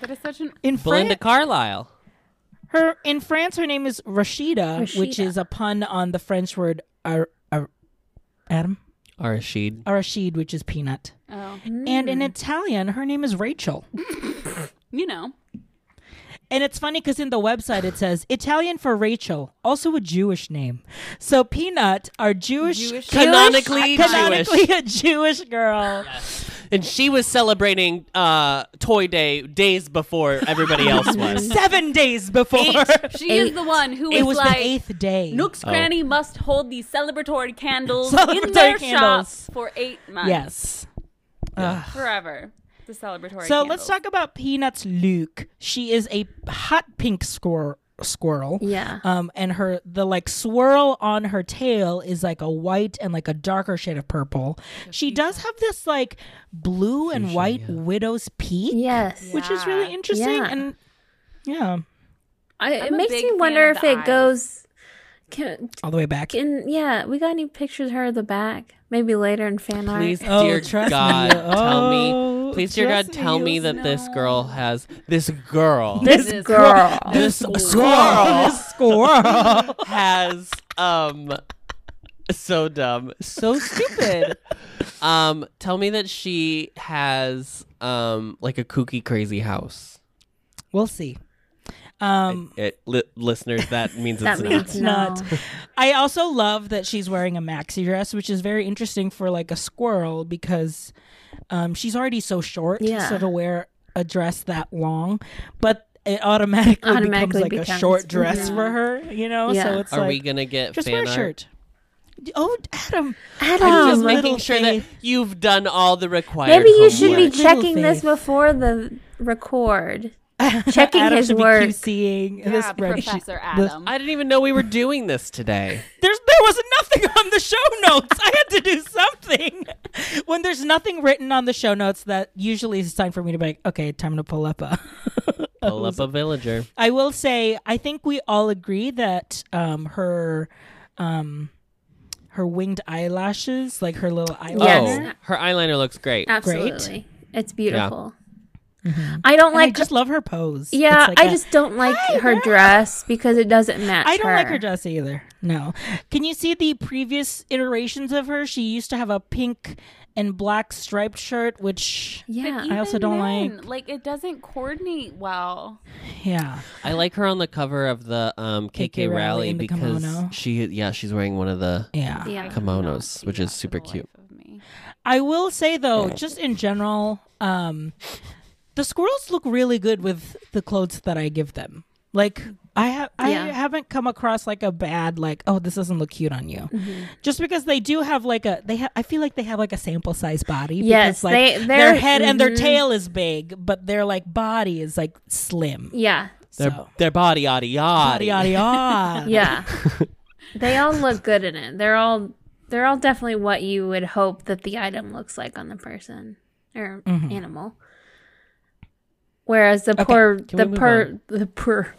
[SPEAKER 2] That is such an.
[SPEAKER 1] In
[SPEAKER 3] Belinda
[SPEAKER 1] Fran-
[SPEAKER 3] Carlisle.
[SPEAKER 1] her in France, her name is Rashida, which
[SPEAKER 4] Rashida.
[SPEAKER 1] is a pun on the French word ar- ar- Adam
[SPEAKER 3] Arashid.
[SPEAKER 1] Arashid, which is peanut.
[SPEAKER 2] Oh,
[SPEAKER 1] And in Italian, her name is Rachel.
[SPEAKER 2] you know.
[SPEAKER 1] And it's funny because in the website it says Italian for Rachel, also a Jewish name. So Peanut, our Jewish,
[SPEAKER 2] Jewish-
[SPEAKER 3] Canonically Jewish.
[SPEAKER 1] canonically a Jewish girl.
[SPEAKER 3] And she was celebrating uh, Toy Day days before everybody else was.
[SPEAKER 1] Seven days before
[SPEAKER 2] She is the one who
[SPEAKER 1] it
[SPEAKER 2] is
[SPEAKER 1] was
[SPEAKER 2] like.
[SPEAKER 1] the eighth day.
[SPEAKER 2] Nook's Granny must hold these celebratory candles in
[SPEAKER 1] Oh. Celebratory
[SPEAKER 2] their
[SPEAKER 1] candles.
[SPEAKER 2] shops for eight months.
[SPEAKER 1] Yes.
[SPEAKER 2] Forever. The celebratory
[SPEAKER 1] So
[SPEAKER 2] candles.
[SPEAKER 1] let's talk about Peanut's Luke. She is a hot pink squir- squirrel.
[SPEAKER 4] Yeah.
[SPEAKER 1] Um, and her the like swirl on her tail is like a white and like a darker shade of purple. She does have this like blue and white widow's peak.
[SPEAKER 4] Yes.
[SPEAKER 1] which is really
[SPEAKER 2] Yeah.
[SPEAKER 1] interesting
[SPEAKER 4] Yeah.
[SPEAKER 1] and yeah
[SPEAKER 4] I, it
[SPEAKER 2] a
[SPEAKER 4] makes
[SPEAKER 2] big
[SPEAKER 4] me
[SPEAKER 2] fan
[SPEAKER 4] wonder
[SPEAKER 2] of
[SPEAKER 4] if
[SPEAKER 2] the
[SPEAKER 4] it
[SPEAKER 2] eyes.
[SPEAKER 4] goes. Can,
[SPEAKER 1] all the way back
[SPEAKER 4] can, yeah, we got any pictures of her at the back? Maybe later in fan
[SPEAKER 3] Please,
[SPEAKER 4] art.
[SPEAKER 1] Oh,
[SPEAKER 3] dear
[SPEAKER 1] trust
[SPEAKER 3] God,
[SPEAKER 1] me.
[SPEAKER 3] tell
[SPEAKER 1] Oh,
[SPEAKER 3] me. Please, dear
[SPEAKER 1] trust
[SPEAKER 3] God, tell
[SPEAKER 1] me,
[SPEAKER 3] me
[SPEAKER 1] you
[SPEAKER 3] that this girl has this girl.
[SPEAKER 4] This,
[SPEAKER 2] This
[SPEAKER 4] girl.
[SPEAKER 3] this
[SPEAKER 1] squirrel
[SPEAKER 3] squirrel
[SPEAKER 1] squirrel
[SPEAKER 3] has um so dumb so stupid um tell me that she has um like a kooky crazy house
[SPEAKER 1] we'll see um
[SPEAKER 3] it, li- listeners that means
[SPEAKER 4] That
[SPEAKER 3] it's
[SPEAKER 4] means
[SPEAKER 3] not
[SPEAKER 4] no.
[SPEAKER 1] not. I also love that she's wearing a maxi dress, which is very interesting for like a squirrel because um, she's already so short.
[SPEAKER 4] Yeah.
[SPEAKER 1] So to wear a dress that long, but it automatically,
[SPEAKER 4] Automatically
[SPEAKER 1] becomes like a
[SPEAKER 4] becomes-
[SPEAKER 1] short dress
[SPEAKER 4] Mhm.
[SPEAKER 1] for her, you know? So
[SPEAKER 4] Yeah.
[SPEAKER 1] it's
[SPEAKER 3] are
[SPEAKER 1] like,
[SPEAKER 3] we gonna get
[SPEAKER 1] just
[SPEAKER 3] fan
[SPEAKER 1] wear a
[SPEAKER 3] art?
[SPEAKER 1] shirt. Oh, Adam.
[SPEAKER 4] Adam,
[SPEAKER 3] just
[SPEAKER 1] Little
[SPEAKER 3] making sure that
[SPEAKER 1] faith.
[SPEAKER 3] you've done all the required
[SPEAKER 4] Oh, maybe you should
[SPEAKER 3] homework.
[SPEAKER 4] be
[SPEAKER 1] Little
[SPEAKER 4] checking this
[SPEAKER 1] faith.
[SPEAKER 4] before the record. Checking
[SPEAKER 1] Adam
[SPEAKER 4] his
[SPEAKER 1] should be
[SPEAKER 4] work.
[SPEAKER 1] QCing
[SPEAKER 2] Yeah,
[SPEAKER 1] this spreadsheet.
[SPEAKER 2] Professor Adam.
[SPEAKER 3] i didn't even know we were doing this today
[SPEAKER 1] There's there was nothing on the show notes. I had to do something. When there's nothing written on the show notes, that usually is a sign for me to be like, okay, time to pull up a.
[SPEAKER 3] pull up a villager
[SPEAKER 1] I will say, I think we all agree that um, her, um, her winged eyelashes, like her little eyeliner,
[SPEAKER 4] Yes. Uh,
[SPEAKER 3] oh her eyeliner looks great
[SPEAKER 4] Absolutely. It's beautiful. I don't
[SPEAKER 1] like Mm-hmm. I
[SPEAKER 4] like
[SPEAKER 1] just love her pose.
[SPEAKER 4] Yeah,
[SPEAKER 1] It's like
[SPEAKER 4] I
[SPEAKER 1] a-
[SPEAKER 4] just don't like her dress because it doesn't match
[SPEAKER 1] I don't like her dress either. No. Can you see the previous iterations of her? She used to have a pink and black striped shirt, which
[SPEAKER 4] Yeah.
[SPEAKER 1] I also don't
[SPEAKER 2] like. Like it doesn't coordinate well.
[SPEAKER 1] yeah.
[SPEAKER 3] I like her on the cover of the um, KK,
[SPEAKER 1] KK
[SPEAKER 3] rally,
[SPEAKER 1] rally in the
[SPEAKER 3] because
[SPEAKER 1] kimono.
[SPEAKER 3] she yeah she's wearing one of the
[SPEAKER 1] Yeah.
[SPEAKER 4] Yeah.
[SPEAKER 2] I cannot
[SPEAKER 3] Kimonos,
[SPEAKER 2] see
[SPEAKER 3] which
[SPEAKER 2] that
[SPEAKER 3] is
[SPEAKER 2] for
[SPEAKER 3] super
[SPEAKER 2] the life
[SPEAKER 3] cute.
[SPEAKER 2] of me.
[SPEAKER 1] I will say though, just in general, um the squirrels look really good with the clothes that I give them. Like I have I
[SPEAKER 4] Yeah.
[SPEAKER 1] haven't come across like a bad like oh this doesn't look cute on you.
[SPEAKER 4] Mm-hmm.
[SPEAKER 1] Just because they do have like a they have I feel like they have like a sample size body
[SPEAKER 4] Yes,
[SPEAKER 1] because like
[SPEAKER 4] they-
[SPEAKER 1] their
[SPEAKER 4] they're- mm-hmm.
[SPEAKER 1] head and their
[SPEAKER 4] mhm.
[SPEAKER 1] tail is big, but their like body is like slim.
[SPEAKER 4] Yeah,
[SPEAKER 3] Their
[SPEAKER 1] So-
[SPEAKER 3] their body, yada yada.
[SPEAKER 1] Yada yada yada.
[SPEAKER 4] Yeah. they all look good in it. They're all they're all definitely what you would hope that the item looks like on the person or animal. Whereas the poor
[SPEAKER 3] can
[SPEAKER 4] the
[SPEAKER 3] we move
[SPEAKER 4] per the poor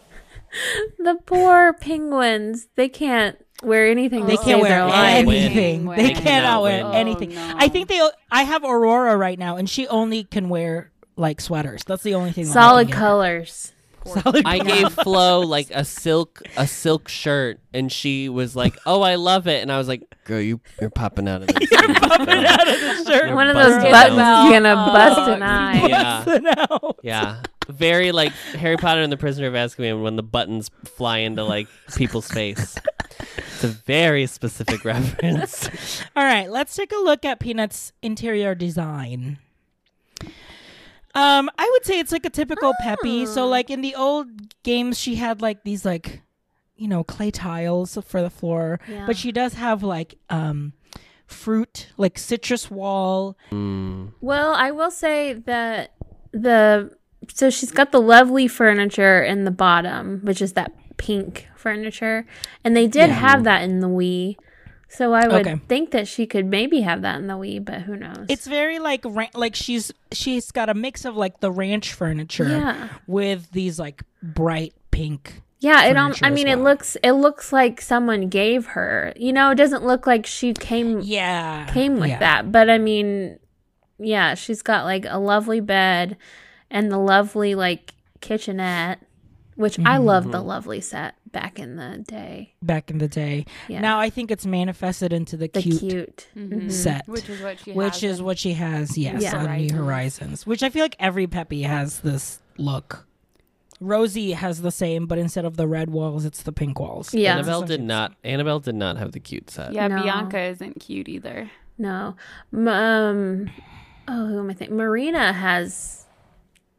[SPEAKER 4] the poor penguins, they can't wear anything.
[SPEAKER 1] They
[SPEAKER 4] to
[SPEAKER 1] can't
[SPEAKER 4] save
[SPEAKER 1] wear
[SPEAKER 4] their lives.
[SPEAKER 3] win.
[SPEAKER 1] anything.
[SPEAKER 2] Win.
[SPEAKER 1] They
[SPEAKER 2] Win.
[SPEAKER 1] cannot wear
[SPEAKER 3] Win.
[SPEAKER 1] anything.
[SPEAKER 2] Oh, no.
[SPEAKER 1] I think they. I have Aurora right now, and she only can wear like sweaters. That's the only thing. that I
[SPEAKER 4] Solid
[SPEAKER 1] can get.
[SPEAKER 4] colors.
[SPEAKER 1] Solid
[SPEAKER 3] I
[SPEAKER 1] color.
[SPEAKER 3] gave Flo like a silk a silk shirt, and she was like, "Oh, I love it," and I was like, "Girl, you you're popping out of this." you're popping
[SPEAKER 1] out of the shirt.
[SPEAKER 3] They're
[SPEAKER 4] One of those
[SPEAKER 3] busting
[SPEAKER 4] buttons
[SPEAKER 2] out.
[SPEAKER 4] is gonna
[SPEAKER 2] Oh.
[SPEAKER 4] bust an eye.
[SPEAKER 3] Yeah,
[SPEAKER 1] out.
[SPEAKER 3] yeah. Very like Harry Potter and the Prisoner of Azkaban when the buttons fly into like people's face. It's a very specific reference.
[SPEAKER 1] All right, let's take a look at Peanut's interior design. Um, I would say it's like a typical Peppy. So, like in the old games, she had like these like, you know, clay tiles for the floor,
[SPEAKER 4] Yeah.
[SPEAKER 1] but she does have like um, fruit, like citrus wall.
[SPEAKER 4] Well, I will say that the so she's got the lovely furniture in the bottom, which is that pink furniture, and they did have that in the Wii. So I would
[SPEAKER 1] Okay.
[SPEAKER 4] think that she could maybe have that in the Wii, but who knows?
[SPEAKER 1] It's very like ra- like she's she's got a mix of like the ranch furniture
[SPEAKER 4] Yeah.
[SPEAKER 1] with these like bright pink.
[SPEAKER 4] yeah, it um,
[SPEAKER 1] furniture
[SPEAKER 4] I
[SPEAKER 1] as
[SPEAKER 4] mean it
[SPEAKER 1] well.
[SPEAKER 4] looks it looks like someone gave her. You know, it doesn't look like she came
[SPEAKER 1] Yeah,
[SPEAKER 4] came with
[SPEAKER 1] yeah.
[SPEAKER 4] that, but I mean, yeah, she's got like a lovely bed and the lovely like kitchenette, which I
[SPEAKER 1] Mm-hmm.
[SPEAKER 4] love the lovely set back in the day.
[SPEAKER 1] back in the day.
[SPEAKER 4] Yeah.
[SPEAKER 1] Now I think it's manifested into the,
[SPEAKER 4] The
[SPEAKER 1] cute,
[SPEAKER 4] cute,
[SPEAKER 2] Mm-hmm.
[SPEAKER 4] Mm-hmm.
[SPEAKER 1] set,
[SPEAKER 2] Which is what she
[SPEAKER 1] which
[SPEAKER 2] has
[SPEAKER 1] is
[SPEAKER 2] in-
[SPEAKER 1] what she has. Yes,
[SPEAKER 4] Yeah.
[SPEAKER 1] on New Horizons, which I feel like every Peppy has this look. Rosie has the same, but instead of the red walls, it's the pink walls.
[SPEAKER 4] Yeah.
[SPEAKER 3] Annabelle did not. Annabelle did not have the cute set.
[SPEAKER 2] Yeah,
[SPEAKER 4] No.
[SPEAKER 2] Bianca isn't cute either.
[SPEAKER 4] No, M- um, oh, who am I thinking? Marina has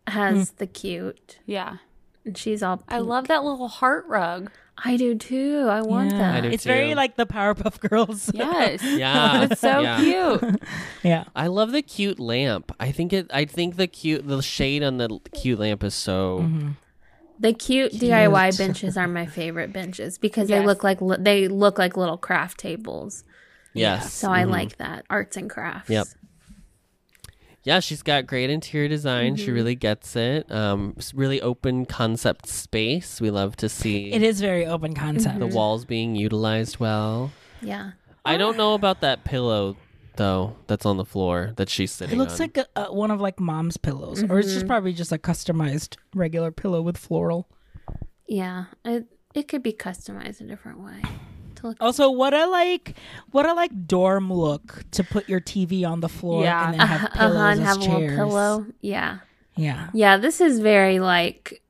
[SPEAKER 1] Hmm.
[SPEAKER 4] has the cute,
[SPEAKER 2] Yeah.
[SPEAKER 4] and she's all.
[SPEAKER 2] I
[SPEAKER 4] pink.
[SPEAKER 2] love that little heart rug.
[SPEAKER 4] I do too. I want that.
[SPEAKER 3] I do
[SPEAKER 1] it's very
[SPEAKER 3] too.
[SPEAKER 1] like the Powerpuff Girls.
[SPEAKER 2] Yes.
[SPEAKER 3] Yeah,
[SPEAKER 2] It's so
[SPEAKER 3] yeah.
[SPEAKER 2] cute.
[SPEAKER 1] yeah.
[SPEAKER 3] I love the cute lamp. I think it. I think the cute, the shade on the l- cute lamp is so.
[SPEAKER 4] The cute, DIY benches are my favorite benches because they
[SPEAKER 2] Yes.
[SPEAKER 4] look like li- they look like little craft tables.
[SPEAKER 3] Yes.
[SPEAKER 4] So I like that arts and crafts.
[SPEAKER 3] Mm-hmm. Yep. Yeah, she's got great interior design. She really gets it. Um, s- really open concept space. We love to see
[SPEAKER 1] It is very open concept.
[SPEAKER 3] the walls being utilized well.
[SPEAKER 4] Yeah.
[SPEAKER 3] I don't know about that pillow though. That's on the floor that she's sitting.
[SPEAKER 1] It looks
[SPEAKER 3] on.
[SPEAKER 1] like a, a, one of like mom's pillows, or it's just probably just a customized regular pillow with floral.
[SPEAKER 4] Yeah. It it could be customized a different way. To look
[SPEAKER 1] Also, what a like, what a like dorm look to put your TV on the floor
[SPEAKER 2] Yeah.
[SPEAKER 1] and then have pillows
[SPEAKER 4] uh-huh, and
[SPEAKER 1] as
[SPEAKER 4] have a little
[SPEAKER 1] chairs.
[SPEAKER 4] pillow. Yeah.
[SPEAKER 1] Yeah,
[SPEAKER 4] Yeah, this is very like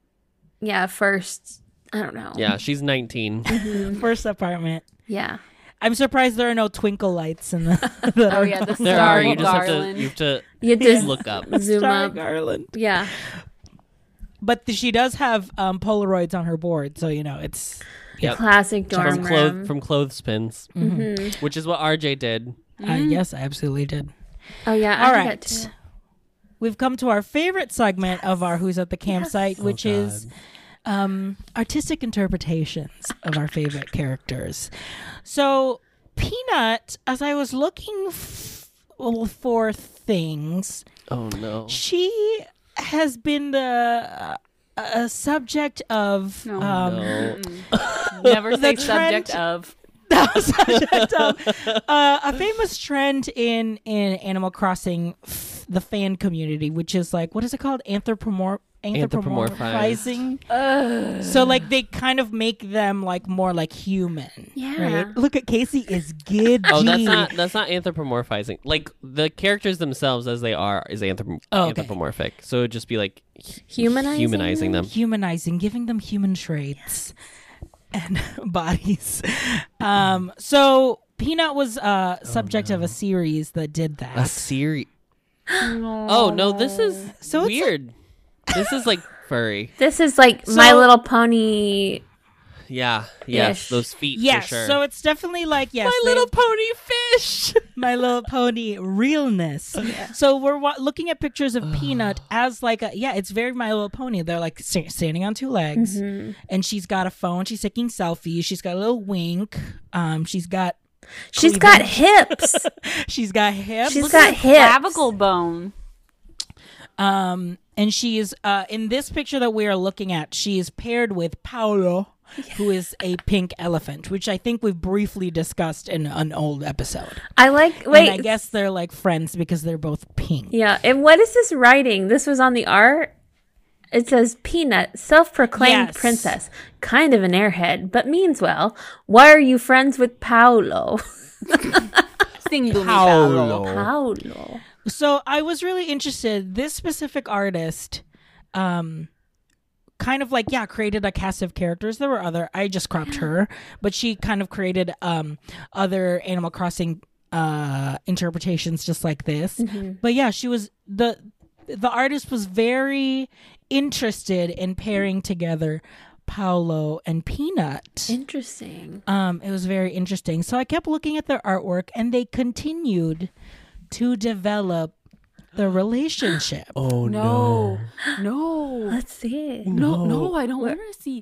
[SPEAKER 4] yeah, first I don't know.
[SPEAKER 3] Yeah, she's 19.
[SPEAKER 1] first apartment.
[SPEAKER 4] Yeah.
[SPEAKER 1] I'm surprised there are no twinkle lights in the. the
[SPEAKER 2] Oh yeah, the
[SPEAKER 3] There are.
[SPEAKER 2] starry
[SPEAKER 3] You just have to.
[SPEAKER 2] garland.
[SPEAKER 3] You have to
[SPEAKER 4] You just
[SPEAKER 3] look up.
[SPEAKER 4] zoom
[SPEAKER 1] Starry
[SPEAKER 4] up.
[SPEAKER 1] Garland.
[SPEAKER 4] Yeah.
[SPEAKER 1] But th- she does have um, Polaroids on her board, so you know it's.
[SPEAKER 3] Yep.
[SPEAKER 4] Classic
[SPEAKER 3] From
[SPEAKER 4] dorm room.
[SPEAKER 3] clothes from clothespins, which is what RJ did.
[SPEAKER 1] Uh, yes, I absolutely did.
[SPEAKER 4] oh yeah, I
[SPEAKER 1] All
[SPEAKER 4] did
[SPEAKER 1] right.
[SPEAKER 4] that too.
[SPEAKER 1] We've come to our favorite segment of our Who's at the Campsite, which is um, artistic interpretations of our favorite characters. So, Peanut, as I was looking f- well, for things,
[SPEAKER 3] Oh no.
[SPEAKER 1] she has been the uh, a subject of
[SPEAKER 2] No.
[SPEAKER 1] um,
[SPEAKER 3] No.
[SPEAKER 2] Never say
[SPEAKER 1] trend-
[SPEAKER 2] subject of.
[SPEAKER 1] subject of uh, a famous trend in in Animal Crossing, f- the fan community, which is like what is it called? Anthropomor-
[SPEAKER 3] Anthropomorphized.
[SPEAKER 1] anthropomorphizing. So like they kind of make them like more like human.
[SPEAKER 4] Yeah.
[SPEAKER 1] Right? Look at Casey is giddy.
[SPEAKER 3] Oh, that's not that's not anthropomorphizing. Like the characters themselves as they are is anthrop-
[SPEAKER 1] Oh, okay.
[SPEAKER 3] anthropomorphic. So it'd just be like h-
[SPEAKER 4] Humanizing
[SPEAKER 3] humanizing them.
[SPEAKER 1] humanizing, giving them human traits and bodies. Um, so Peanut was uh,
[SPEAKER 3] Oh,
[SPEAKER 1] subject of a series that did that.
[SPEAKER 3] A series. Oh no, this is
[SPEAKER 1] So
[SPEAKER 3] so
[SPEAKER 1] it's-
[SPEAKER 3] weird. this is like furry.
[SPEAKER 4] This is like My
[SPEAKER 1] So-
[SPEAKER 4] Little Pony
[SPEAKER 3] Yeah. Yes.
[SPEAKER 4] Ish.
[SPEAKER 3] Those feet.
[SPEAKER 1] Yes,
[SPEAKER 3] For sure.
[SPEAKER 1] so it's definitely like yes,
[SPEAKER 3] My
[SPEAKER 1] they-
[SPEAKER 3] Little Pony fish.
[SPEAKER 1] My Little Pony realness. So we're wa- looking at pictures of Peanut as like a yeah, it's very My Little Pony. They're like sta- standing on two legs,
[SPEAKER 4] Mm-hmm.
[SPEAKER 1] and she's got a phone. She's taking selfies. She's got a little wink. Um, she's got
[SPEAKER 4] She's got hips.
[SPEAKER 1] she's got hips.
[SPEAKER 4] She's got hips.
[SPEAKER 2] Clavicle bone.
[SPEAKER 1] Um, and she is uh, in this picture that we are looking at. She is paired with Paolo, who is a pink elephant, which I think we've briefly discussed in an old episode.
[SPEAKER 4] I like.
[SPEAKER 1] And
[SPEAKER 4] Wait.
[SPEAKER 1] I guess they're like friends because they're both pink.
[SPEAKER 4] Yeah. And what is this writing? This was on the art. It says Peanut, self proclaimed
[SPEAKER 1] Yes.
[SPEAKER 4] princess, kind of an airhead, but means well. Why are you friends with Paolo?
[SPEAKER 2] Sing Boomy
[SPEAKER 3] Oh.
[SPEAKER 2] Paolo.
[SPEAKER 4] Paolo.
[SPEAKER 1] So I was really interested. This specific artist, um, kind of like yeah, created a cast of characters. There were other. I just cropped her, but she kind of created um other Animal Crossing uh interpretations just like this. But yeah, she was the the artist was very interested in pairing together Paolo and Peanut.
[SPEAKER 4] Interesting.
[SPEAKER 1] Um, it was very interesting. So I kept looking at their artwork, and they continued to develop the relationship.
[SPEAKER 3] Oh
[SPEAKER 2] No. No.
[SPEAKER 4] Let's see.
[SPEAKER 2] No, no, I don't want to see.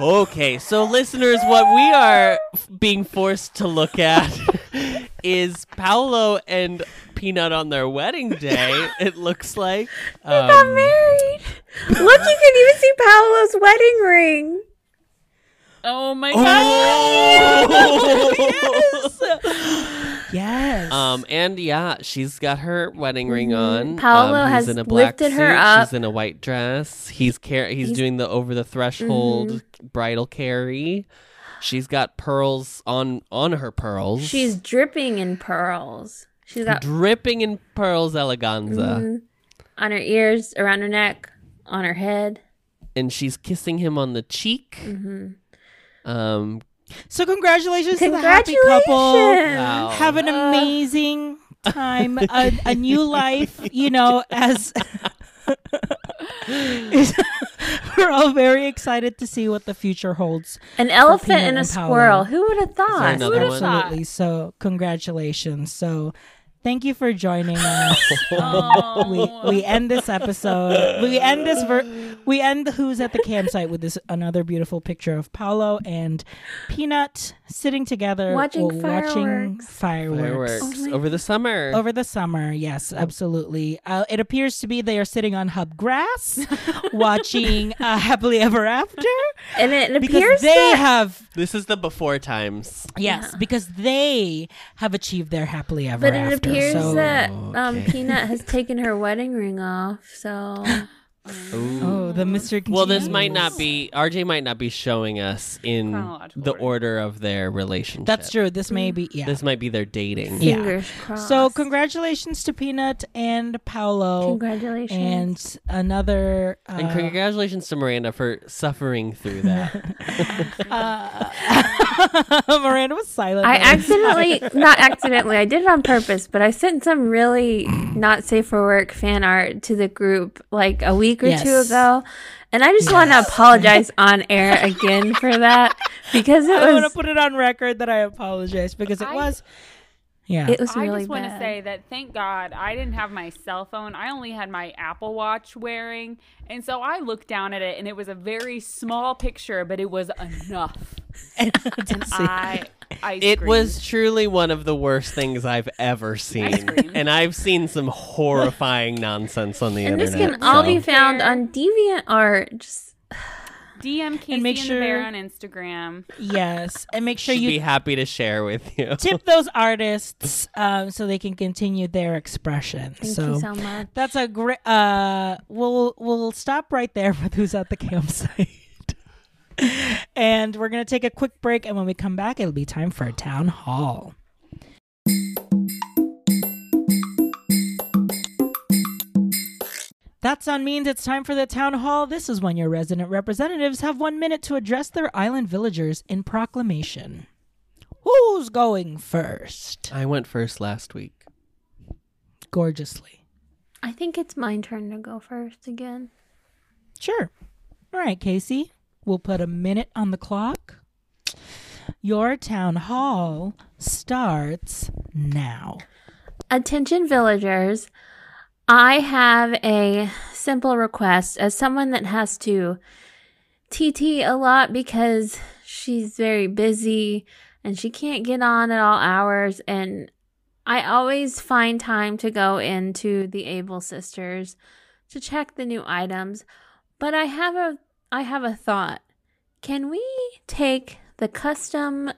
[SPEAKER 3] okay, so listeners, what we are f- being forced to look at is Paolo and Peanut on their wedding day. It looks like
[SPEAKER 4] got
[SPEAKER 3] um,
[SPEAKER 4] married. Look, you can even see Paolo's wedding ring.
[SPEAKER 2] Oh my
[SPEAKER 3] Um,
[SPEAKER 1] Yes.
[SPEAKER 3] um, and yeah, she's got her wedding ring on.
[SPEAKER 4] Paolo
[SPEAKER 3] um, he's
[SPEAKER 4] has
[SPEAKER 3] in a black
[SPEAKER 4] lifted her
[SPEAKER 3] suit,
[SPEAKER 4] up.
[SPEAKER 3] She's in a white dress. He's car- he's, doing the over the threshold
[SPEAKER 4] Mm-hmm.
[SPEAKER 3] bridal carry. She's got pearls on on her pearls.
[SPEAKER 4] She's dripping in pearls. She's got
[SPEAKER 3] dripping in pearls eleganza
[SPEAKER 4] Mm-hmm. on her ears, around her neck, on her head.
[SPEAKER 3] and she's kissing him on the cheek
[SPEAKER 4] Mm-hmm.
[SPEAKER 3] um
[SPEAKER 1] so congratulations, to the happy couple.
[SPEAKER 4] Congratulations.
[SPEAKER 3] Wow.
[SPEAKER 1] Have an amazing time, a, a new life. You know, as we're all very excited to see what the future holds.
[SPEAKER 4] An elephant and a
[SPEAKER 1] and Paolo.
[SPEAKER 4] squirrel. Who would have thought?
[SPEAKER 3] another one?
[SPEAKER 1] Absolutely. So congratulations. So. Thank you for joining us. we, we end this episode. We end this. Ver- we end who's at the campsite with this another beautiful picture of Paolo and Peanut sitting together,
[SPEAKER 4] Watching
[SPEAKER 1] or watching
[SPEAKER 4] fireworks.
[SPEAKER 1] fireworks.
[SPEAKER 3] fireworks
[SPEAKER 4] Oh
[SPEAKER 3] over the summer
[SPEAKER 1] Over the summer, yes, absolutely. Uh, it appears to be they are sitting on hub grass, watching uh, Happily Ever After,
[SPEAKER 4] And it
[SPEAKER 1] because
[SPEAKER 4] appears
[SPEAKER 1] they
[SPEAKER 4] that
[SPEAKER 1] have
[SPEAKER 3] this is the before times
[SPEAKER 1] Yes, because they have achieved their happily ever
[SPEAKER 4] but it
[SPEAKER 1] after.
[SPEAKER 4] appears
[SPEAKER 1] so,
[SPEAKER 4] that um, Peanut has taken her wedding ring off. So
[SPEAKER 1] oh, the mystery. Continues.
[SPEAKER 3] well this might not be rj might not be showing us in
[SPEAKER 2] Chronological
[SPEAKER 3] the
[SPEAKER 2] order.
[SPEAKER 3] order of their relationship
[SPEAKER 1] That's true. This may be. Yeah.
[SPEAKER 3] this might be their dating
[SPEAKER 1] Yeah.
[SPEAKER 4] fingers crossed.
[SPEAKER 1] so congratulations to Peanut and Paolo.
[SPEAKER 4] congratulations.
[SPEAKER 1] And another. Uh,
[SPEAKER 3] and congratulations to miranda for suffering through that
[SPEAKER 1] Miranda was silent.
[SPEAKER 4] I
[SPEAKER 1] there.
[SPEAKER 4] accidentally, not accidentally, I did it on purpose, but I sent some really not safe for work fan art to the group like a week or two
[SPEAKER 1] Yes.
[SPEAKER 4] ago. And I just want to apologize on air again for that because it
[SPEAKER 1] I want to
[SPEAKER 4] was,
[SPEAKER 1] put it on record that I apologize because it
[SPEAKER 2] I-
[SPEAKER 1] was. Yeah.
[SPEAKER 4] it was
[SPEAKER 2] I
[SPEAKER 4] really
[SPEAKER 2] just want to
[SPEAKER 4] bad.
[SPEAKER 2] say that thank God I didn't have my cell phone. I only had my Apple Watch wearing. And so I looked down at it and it was a very small picture, but it was enough. and I, I
[SPEAKER 3] it
[SPEAKER 2] screamed.
[SPEAKER 3] was truly one of the worst things i've ever seen
[SPEAKER 2] screamed.
[SPEAKER 3] and i've seen some horrifying nonsense on the
[SPEAKER 4] and
[SPEAKER 3] internet
[SPEAKER 4] this can all
[SPEAKER 3] so-
[SPEAKER 4] be found on DeviantArt. Just
[SPEAKER 2] DM Casey and,
[SPEAKER 1] make
[SPEAKER 2] the Bear
[SPEAKER 1] sure-
[SPEAKER 2] on Instagram.
[SPEAKER 1] yes. And make sure
[SPEAKER 3] should
[SPEAKER 1] you
[SPEAKER 3] be happy to share with you.
[SPEAKER 1] tip those artists um, so they can continue their expression.
[SPEAKER 4] thank
[SPEAKER 1] so.
[SPEAKER 4] you so much.
[SPEAKER 1] That's a great. Uh, we'll we'll stop right there with who's at the campsite, and we're gonna take a quick break. And when we come back, it'll be time for a town hall. That's on means it's time for the town hall. This is when your resident representatives have one minute to address their island villagers in proclamation. Who's going first?
[SPEAKER 3] I went first last week.
[SPEAKER 1] Gorgeously.
[SPEAKER 4] I think it's my turn to go first again.
[SPEAKER 1] Sure. All right, Casey, we'll put a minute on the clock. Your town hall starts now.
[SPEAKER 4] Attention villagers, I have a simple request as someone that has to TT a lot because she's very busy and she can't get on at all hours and I always find time to go into the Able Sisters to check the new items, but I have a I have a thought. Can we take the custom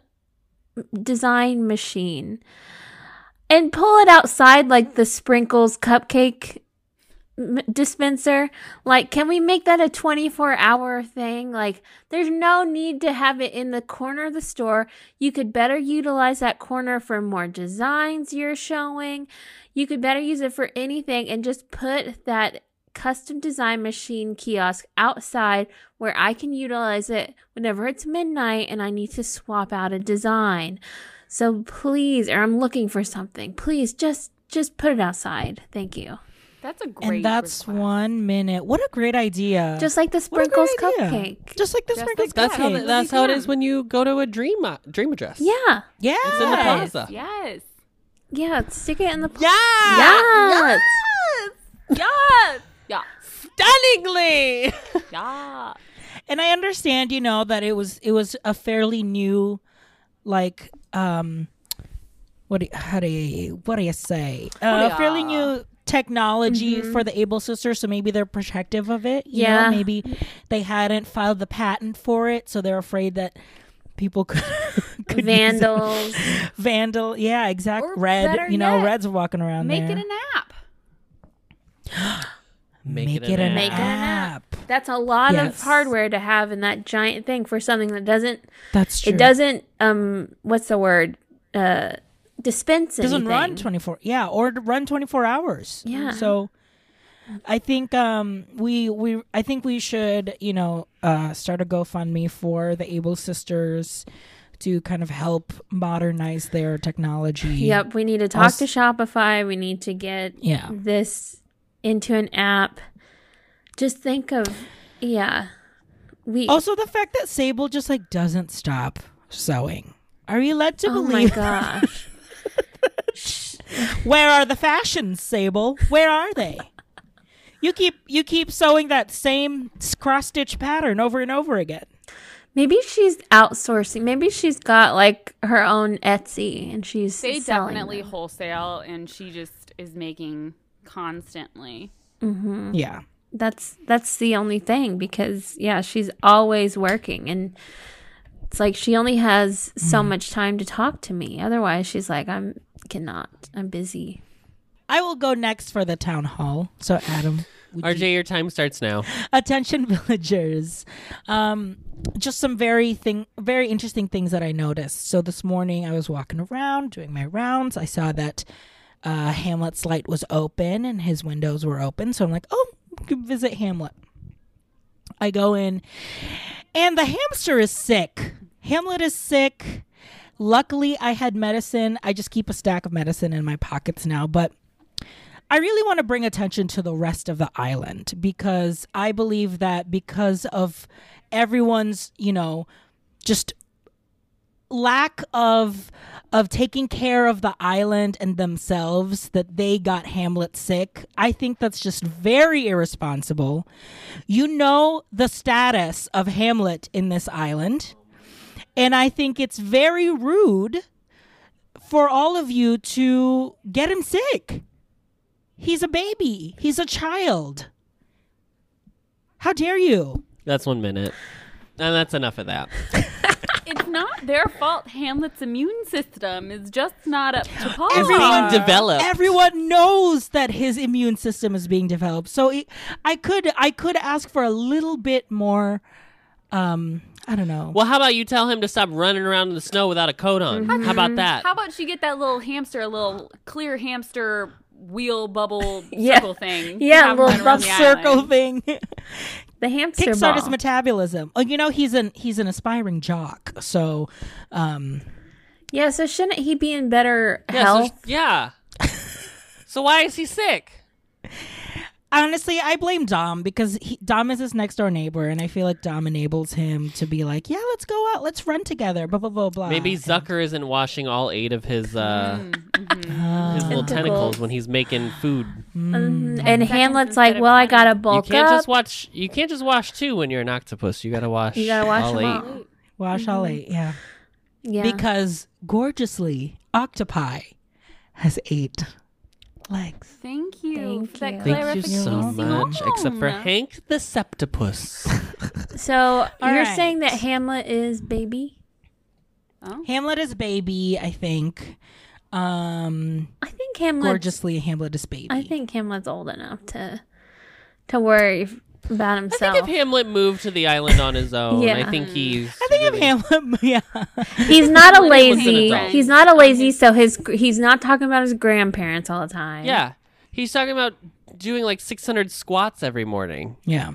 [SPEAKER 4] design machine and pull it outside like the sprinkles cupcake m- dispenser like can we make that a 24 hour thing like there's no need to have it in the corner of the store you could better utilize that corner for more designs you're showing you could better use it for anything and just put that custom design machine kiosk outside where i can utilize it whenever it's midnight and i need to swap out a design so please, or I'm looking for something. Please just just put it outside. Thank you.
[SPEAKER 2] That's a great.
[SPEAKER 1] and that's
[SPEAKER 2] request.
[SPEAKER 1] one minute. What a great idea.
[SPEAKER 4] Just like the
[SPEAKER 1] What a
[SPEAKER 4] sprinkles
[SPEAKER 1] great idea.
[SPEAKER 4] cupcake.
[SPEAKER 1] Just like the
[SPEAKER 2] Just
[SPEAKER 1] sprinkles
[SPEAKER 2] like
[SPEAKER 3] That's how
[SPEAKER 1] cupcake.
[SPEAKER 3] the, that's how it is when you go to a dream uh, dream address.
[SPEAKER 4] yeah.
[SPEAKER 1] yeah.
[SPEAKER 3] It's in the
[SPEAKER 2] Yes,
[SPEAKER 3] plaza.
[SPEAKER 2] yes,
[SPEAKER 4] Yeah, stick it in the pl-
[SPEAKER 3] Yeah.
[SPEAKER 4] Yes.
[SPEAKER 2] yes, yeah,
[SPEAKER 3] Stunningly.
[SPEAKER 2] yeah.
[SPEAKER 1] and I understand, you know, that it was it was a fairly new, like, um, what do, how do you, what do you say? Uh,
[SPEAKER 2] do
[SPEAKER 1] fairly
[SPEAKER 2] ya- Mm-hmm.
[SPEAKER 1] new technology for the Able sisters, so maybe they're protective of it. You
[SPEAKER 4] Yeah.
[SPEAKER 1] know, maybe they hadn't filed the patent for it, so they're afraid that people could, could use it.
[SPEAKER 4] Vandals.
[SPEAKER 1] vandal. Yeah, exact
[SPEAKER 2] Or better
[SPEAKER 1] red. You know,
[SPEAKER 2] yet,
[SPEAKER 1] reds walking around
[SPEAKER 2] Make
[SPEAKER 1] there.
[SPEAKER 2] it an app.
[SPEAKER 1] make it an
[SPEAKER 4] Make it an
[SPEAKER 1] app.
[SPEAKER 4] That's a lot
[SPEAKER 1] Yes.
[SPEAKER 4] of hardware to have in that giant thing for something that doesn't
[SPEAKER 1] That's true.
[SPEAKER 4] it doesn't um what's the word? Uh dispense anything.
[SPEAKER 1] doesn't run 24 yeah or to run 24 hours
[SPEAKER 4] Yeah.
[SPEAKER 1] so i think um we we i think we should you know uh start a gofundme for the able sisters to kind of help modernize their technology
[SPEAKER 4] Yep, we need to talk to Shopify. We need to get
[SPEAKER 1] yeah
[SPEAKER 4] this into an app. Just think of yeah. We
[SPEAKER 1] also the fact that sable just like doesn't stop sewing are you led to
[SPEAKER 4] Oh my
[SPEAKER 1] believe
[SPEAKER 4] gosh.
[SPEAKER 1] where are the fashions sable where are they you keep you keep sewing that same cross stitch pattern over and over again
[SPEAKER 4] Maybe she's outsourcing. Maybe she's got like her own Etsy and she's
[SPEAKER 2] They
[SPEAKER 4] selling
[SPEAKER 2] definitely
[SPEAKER 4] them.
[SPEAKER 2] wholesale, and she just is making constantly.
[SPEAKER 4] Mm-hmm.
[SPEAKER 1] yeah
[SPEAKER 4] That's that's the only thing because yeah, she's always working and it's like she only has so
[SPEAKER 3] Mm-hmm.
[SPEAKER 4] much time to talk to me. Otherwise, she's like I'm cannot. I'm busy.
[SPEAKER 1] I will go next for the town hall. So, Adam, would you-
[SPEAKER 3] RJ, your time starts now.
[SPEAKER 1] attention villagers. Um, just some very thing, very interesting things that I noticed. So this morning I was walking around doing my rounds. I saw that uh, Hamlet's light was open and his windows were open. So I'm like, oh, we could visit Hamlet. I go in, and the hamster is sick. Hamlet is sick. Luckily, I had medicine. I just keep a stack of medicine in my pockets now, but I really want to bring attention to the rest of the island because I believe that because of everyone's, you know, just lack of of taking care of the island and themselves that they got Hamlet sick. I think that's just very irresponsible. You know the status of Hamlet in this island, and I think it's very rude for all of you to get him sick. He's a baby. He's a child. How dare you?
[SPEAKER 3] That's one minute. And that's enough of that.
[SPEAKER 2] It's not their fault. Hamlet's immune system is just not up to par.
[SPEAKER 3] It's being developed.
[SPEAKER 1] Everyone knows that his immune system is being developed. So it, I could I could ask for a little bit more um I don't know.
[SPEAKER 3] well, how about you tell him to stop running around in the snow without a coat on?
[SPEAKER 4] Mm-hmm.
[SPEAKER 3] How about that?
[SPEAKER 2] How about you get that little hamster, a little clear hamster wheel bubble
[SPEAKER 4] Yeah.
[SPEAKER 2] circle thing?
[SPEAKER 4] Yeah,
[SPEAKER 2] Have
[SPEAKER 4] little
[SPEAKER 2] one around
[SPEAKER 4] bubble
[SPEAKER 2] the
[SPEAKER 1] circle
[SPEAKER 2] island.
[SPEAKER 1] thing.
[SPEAKER 4] The hamster
[SPEAKER 1] Kickstart his
[SPEAKER 4] ball.
[SPEAKER 1] metabolism. Oh, you know he's an he's an aspiring jock. So um
[SPEAKER 4] yeah, so shouldn't he be in better
[SPEAKER 3] yeah, so,
[SPEAKER 4] health?
[SPEAKER 3] yeah. so why is he sick?
[SPEAKER 1] Honestly, I blame Dom because he, Dom is his next door neighbor, and I feel like Dom enables him to be like, "Yeah, let's go out, let's run together." Blah blah blah
[SPEAKER 4] Oh
[SPEAKER 1] Uh, blah.
[SPEAKER 3] Maybe
[SPEAKER 1] And-
[SPEAKER 3] Zucker isn't washing all eight of his uh, his
[SPEAKER 1] Oh.
[SPEAKER 3] little
[SPEAKER 4] Mm. Tentacles.
[SPEAKER 3] tentacles when he's making food.
[SPEAKER 4] Mm. And Hamlet's
[SPEAKER 2] instead
[SPEAKER 4] like,
[SPEAKER 2] of
[SPEAKER 4] well, I
[SPEAKER 2] one.
[SPEAKER 4] gotta
[SPEAKER 3] You
[SPEAKER 4] bulk
[SPEAKER 3] can't
[SPEAKER 4] up.
[SPEAKER 3] just watch. You can't just wash two when you're an octopus. You gotta wash.
[SPEAKER 4] you gotta wash
[SPEAKER 3] all
[SPEAKER 4] them
[SPEAKER 3] eight.
[SPEAKER 4] all.
[SPEAKER 1] Wash all eight, yeah.
[SPEAKER 4] Yeah.
[SPEAKER 1] Because gorgeously, octopi has eight legs.
[SPEAKER 2] Thank you
[SPEAKER 4] Thank
[SPEAKER 2] for that
[SPEAKER 4] you.
[SPEAKER 3] Thank you
[SPEAKER 2] clarification.
[SPEAKER 3] so much. Except for
[SPEAKER 4] Mm.
[SPEAKER 2] alone.
[SPEAKER 3] Hank the Septopus.
[SPEAKER 4] so
[SPEAKER 1] All
[SPEAKER 4] you're
[SPEAKER 1] right.
[SPEAKER 4] saying that Hamlet is baby?
[SPEAKER 2] Oh.
[SPEAKER 1] Hamlet is baby, I think. Um,
[SPEAKER 4] I think Hamlet.
[SPEAKER 1] gorgeously, Hamlet is baby.
[SPEAKER 4] I think Hamlet's old enough to to worry f- about
[SPEAKER 3] I think if
[SPEAKER 4] himself.
[SPEAKER 3] Hamlet moved to the island on his own, I
[SPEAKER 4] Oh. Yeah.
[SPEAKER 3] think he's.
[SPEAKER 1] I think of Hamlet. Yeah.
[SPEAKER 4] He's not a
[SPEAKER 2] Hamlet was an
[SPEAKER 4] lazy.
[SPEAKER 3] adult.
[SPEAKER 4] He's not a lazy. So his gr- he's not talking about his grandparents all the time.
[SPEAKER 3] Yeah, he's talking about doing like 600 squats every morning.
[SPEAKER 1] Yeah.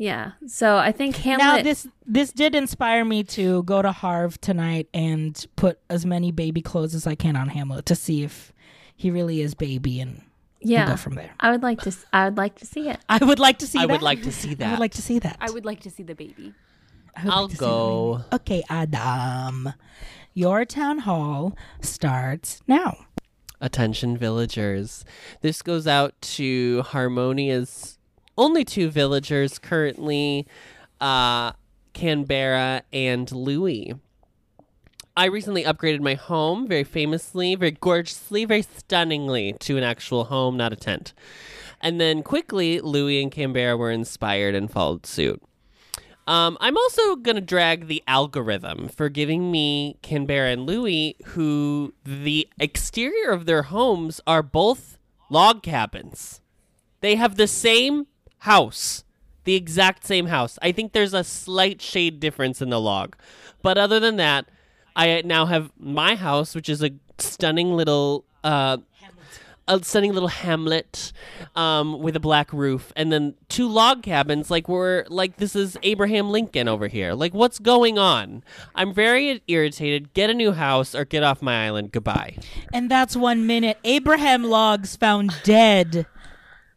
[SPEAKER 4] Yeah. So I think Hamlet.
[SPEAKER 1] Now this this did inspire me to go to Harv tonight and put as many baby clothes as I can on Hamlet to see if he really is baby and we'll
[SPEAKER 4] yeah.
[SPEAKER 1] go from there.
[SPEAKER 4] I would like to. s- I would like to see it.
[SPEAKER 1] I would like to see
[SPEAKER 3] I
[SPEAKER 1] that.
[SPEAKER 3] would like to see
[SPEAKER 1] I
[SPEAKER 3] that.
[SPEAKER 1] would like to see that.
[SPEAKER 2] I would like to see the baby.
[SPEAKER 1] I would like
[SPEAKER 3] I'll
[SPEAKER 1] to see that.
[SPEAKER 3] go.
[SPEAKER 1] Okay, Adam. Your town hall starts now.
[SPEAKER 3] Attention, villagers. This goes out to Harmonia's only two villagers currently uh, Canberra and Louis. I recently upgraded my home very famously, very gorgeously, very stunningly to an actual home, not a tent. And then quickly, Louis and Canberra were inspired and followed suit. Um, I'm also going to drag the algorithm for giving me Canberra and Louis, who the exterior of their homes are both log cabins. They have the same house, the exact same house. I think there's a slight shade difference in the log. But other than that, I now have my house, which is a stunning little. Uh, a stunning little hamlet um, with a black roof and then two log cabins like we're like this is abraham lincoln over here like what's going on i'm very irritated get a new house or get off my island goodbye
[SPEAKER 1] And that's one minute. Abraham Logs found dead.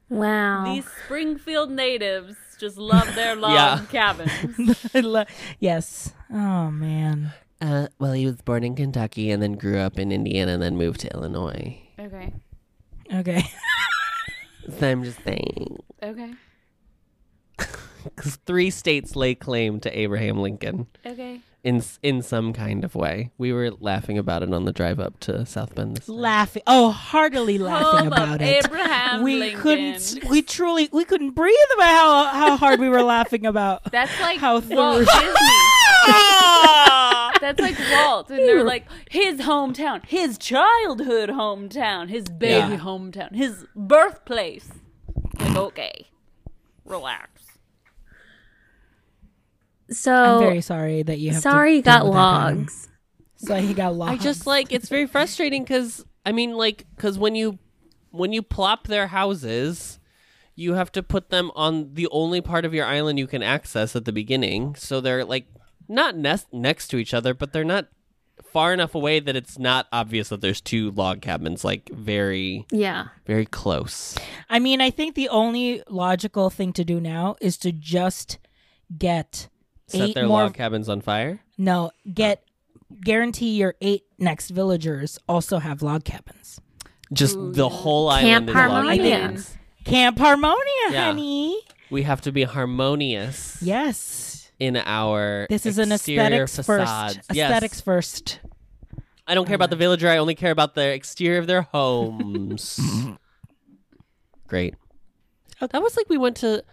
[SPEAKER 4] Wow.
[SPEAKER 2] These Springfield natives just love their log
[SPEAKER 3] Yeah.
[SPEAKER 2] cabins.
[SPEAKER 1] I lo- yes. Oh man.
[SPEAKER 3] uh, well he was born in kentucky and then grew up in indiana and then moved to illinois
[SPEAKER 2] okay.
[SPEAKER 1] Okay.
[SPEAKER 3] so i'm just saying
[SPEAKER 2] Okay.
[SPEAKER 3] because three states lay claim to abraham lincoln
[SPEAKER 2] Okay.
[SPEAKER 3] in s- in some kind of way we were laughing about it on the drive up to south bend this
[SPEAKER 1] laughing. Oh, heartily laughing
[SPEAKER 2] Home
[SPEAKER 1] about
[SPEAKER 2] of
[SPEAKER 1] it.
[SPEAKER 2] Abraham
[SPEAKER 1] we
[SPEAKER 2] Lincoln.
[SPEAKER 1] couldn't. We truly. We couldn't breathe about how how hard we were laughing about.
[SPEAKER 2] That's like
[SPEAKER 1] How
[SPEAKER 2] Walt
[SPEAKER 1] thorough.
[SPEAKER 2] Disney. That's like Walt, and they're like his hometown, his childhood hometown, his baby
[SPEAKER 3] Yeah.
[SPEAKER 2] hometown, his birthplace. Like, okay, relax.
[SPEAKER 1] I'm
[SPEAKER 4] so
[SPEAKER 1] very sorry that you have. to
[SPEAKER 4] sorry you
[SPEAKER 1] deal
[SPEAKER 4] got
[SPEAKER 1] with that kind of-
[SPEAKER 4] logs.
[SPEAKER 1] Sorry you got logs.
[SPEAKER 3] I just like it's very frustrating because I mean like because when you when you plop their houses, you have to put them on the only part of your island you can access at the beginning, so they're like not nest next to each other, but they're not far enough away that it's not obvious that there's two log cabins like very
[SPEAKER 4] Yeah.
[SPEAKER 3] very close.
[SPEAKER 1] I mean, I think the only logical thing to do now is to just get
[SPEAKER 3] Set
[SPEAKER 1] eight
[SPEAKER 3] their
[SPEAKER 1] more.
[SPEAKER 3] log Oh. cabins on fire.
[SPEAKER 1] no, get guarantee your eight next villagers also have log cabins.
[SPEAKER 3] Just the whole island
[SPEAKER 4] Camp
[SPEAKER 3] is log
[SPEAKER 4] Harmonia.
[SPEAKER 3] cabins.
[SPEAKER 1] Camp Harmonia,
[SPEAKER 3] Yeah.
[SPEAKER 1] honey.
[SPEAKER 3] We have to be harmonious
[SPEAKER 1] Yes.
[SPEAKER 3] in our
[SPEAKER 1] This is an
[SPEAKER 3] exterior
[SPEAKER 1] aesthetics
[SPEAKER 3] facades.
[SPEAKER 1] first.
[SPEAKER 3] Yes.
[SPEAKER 1] Aesthetics first.
[SPEAKER 3] I don't care about the villager. I only care about the exterior of their homes. Great. That was like we went to.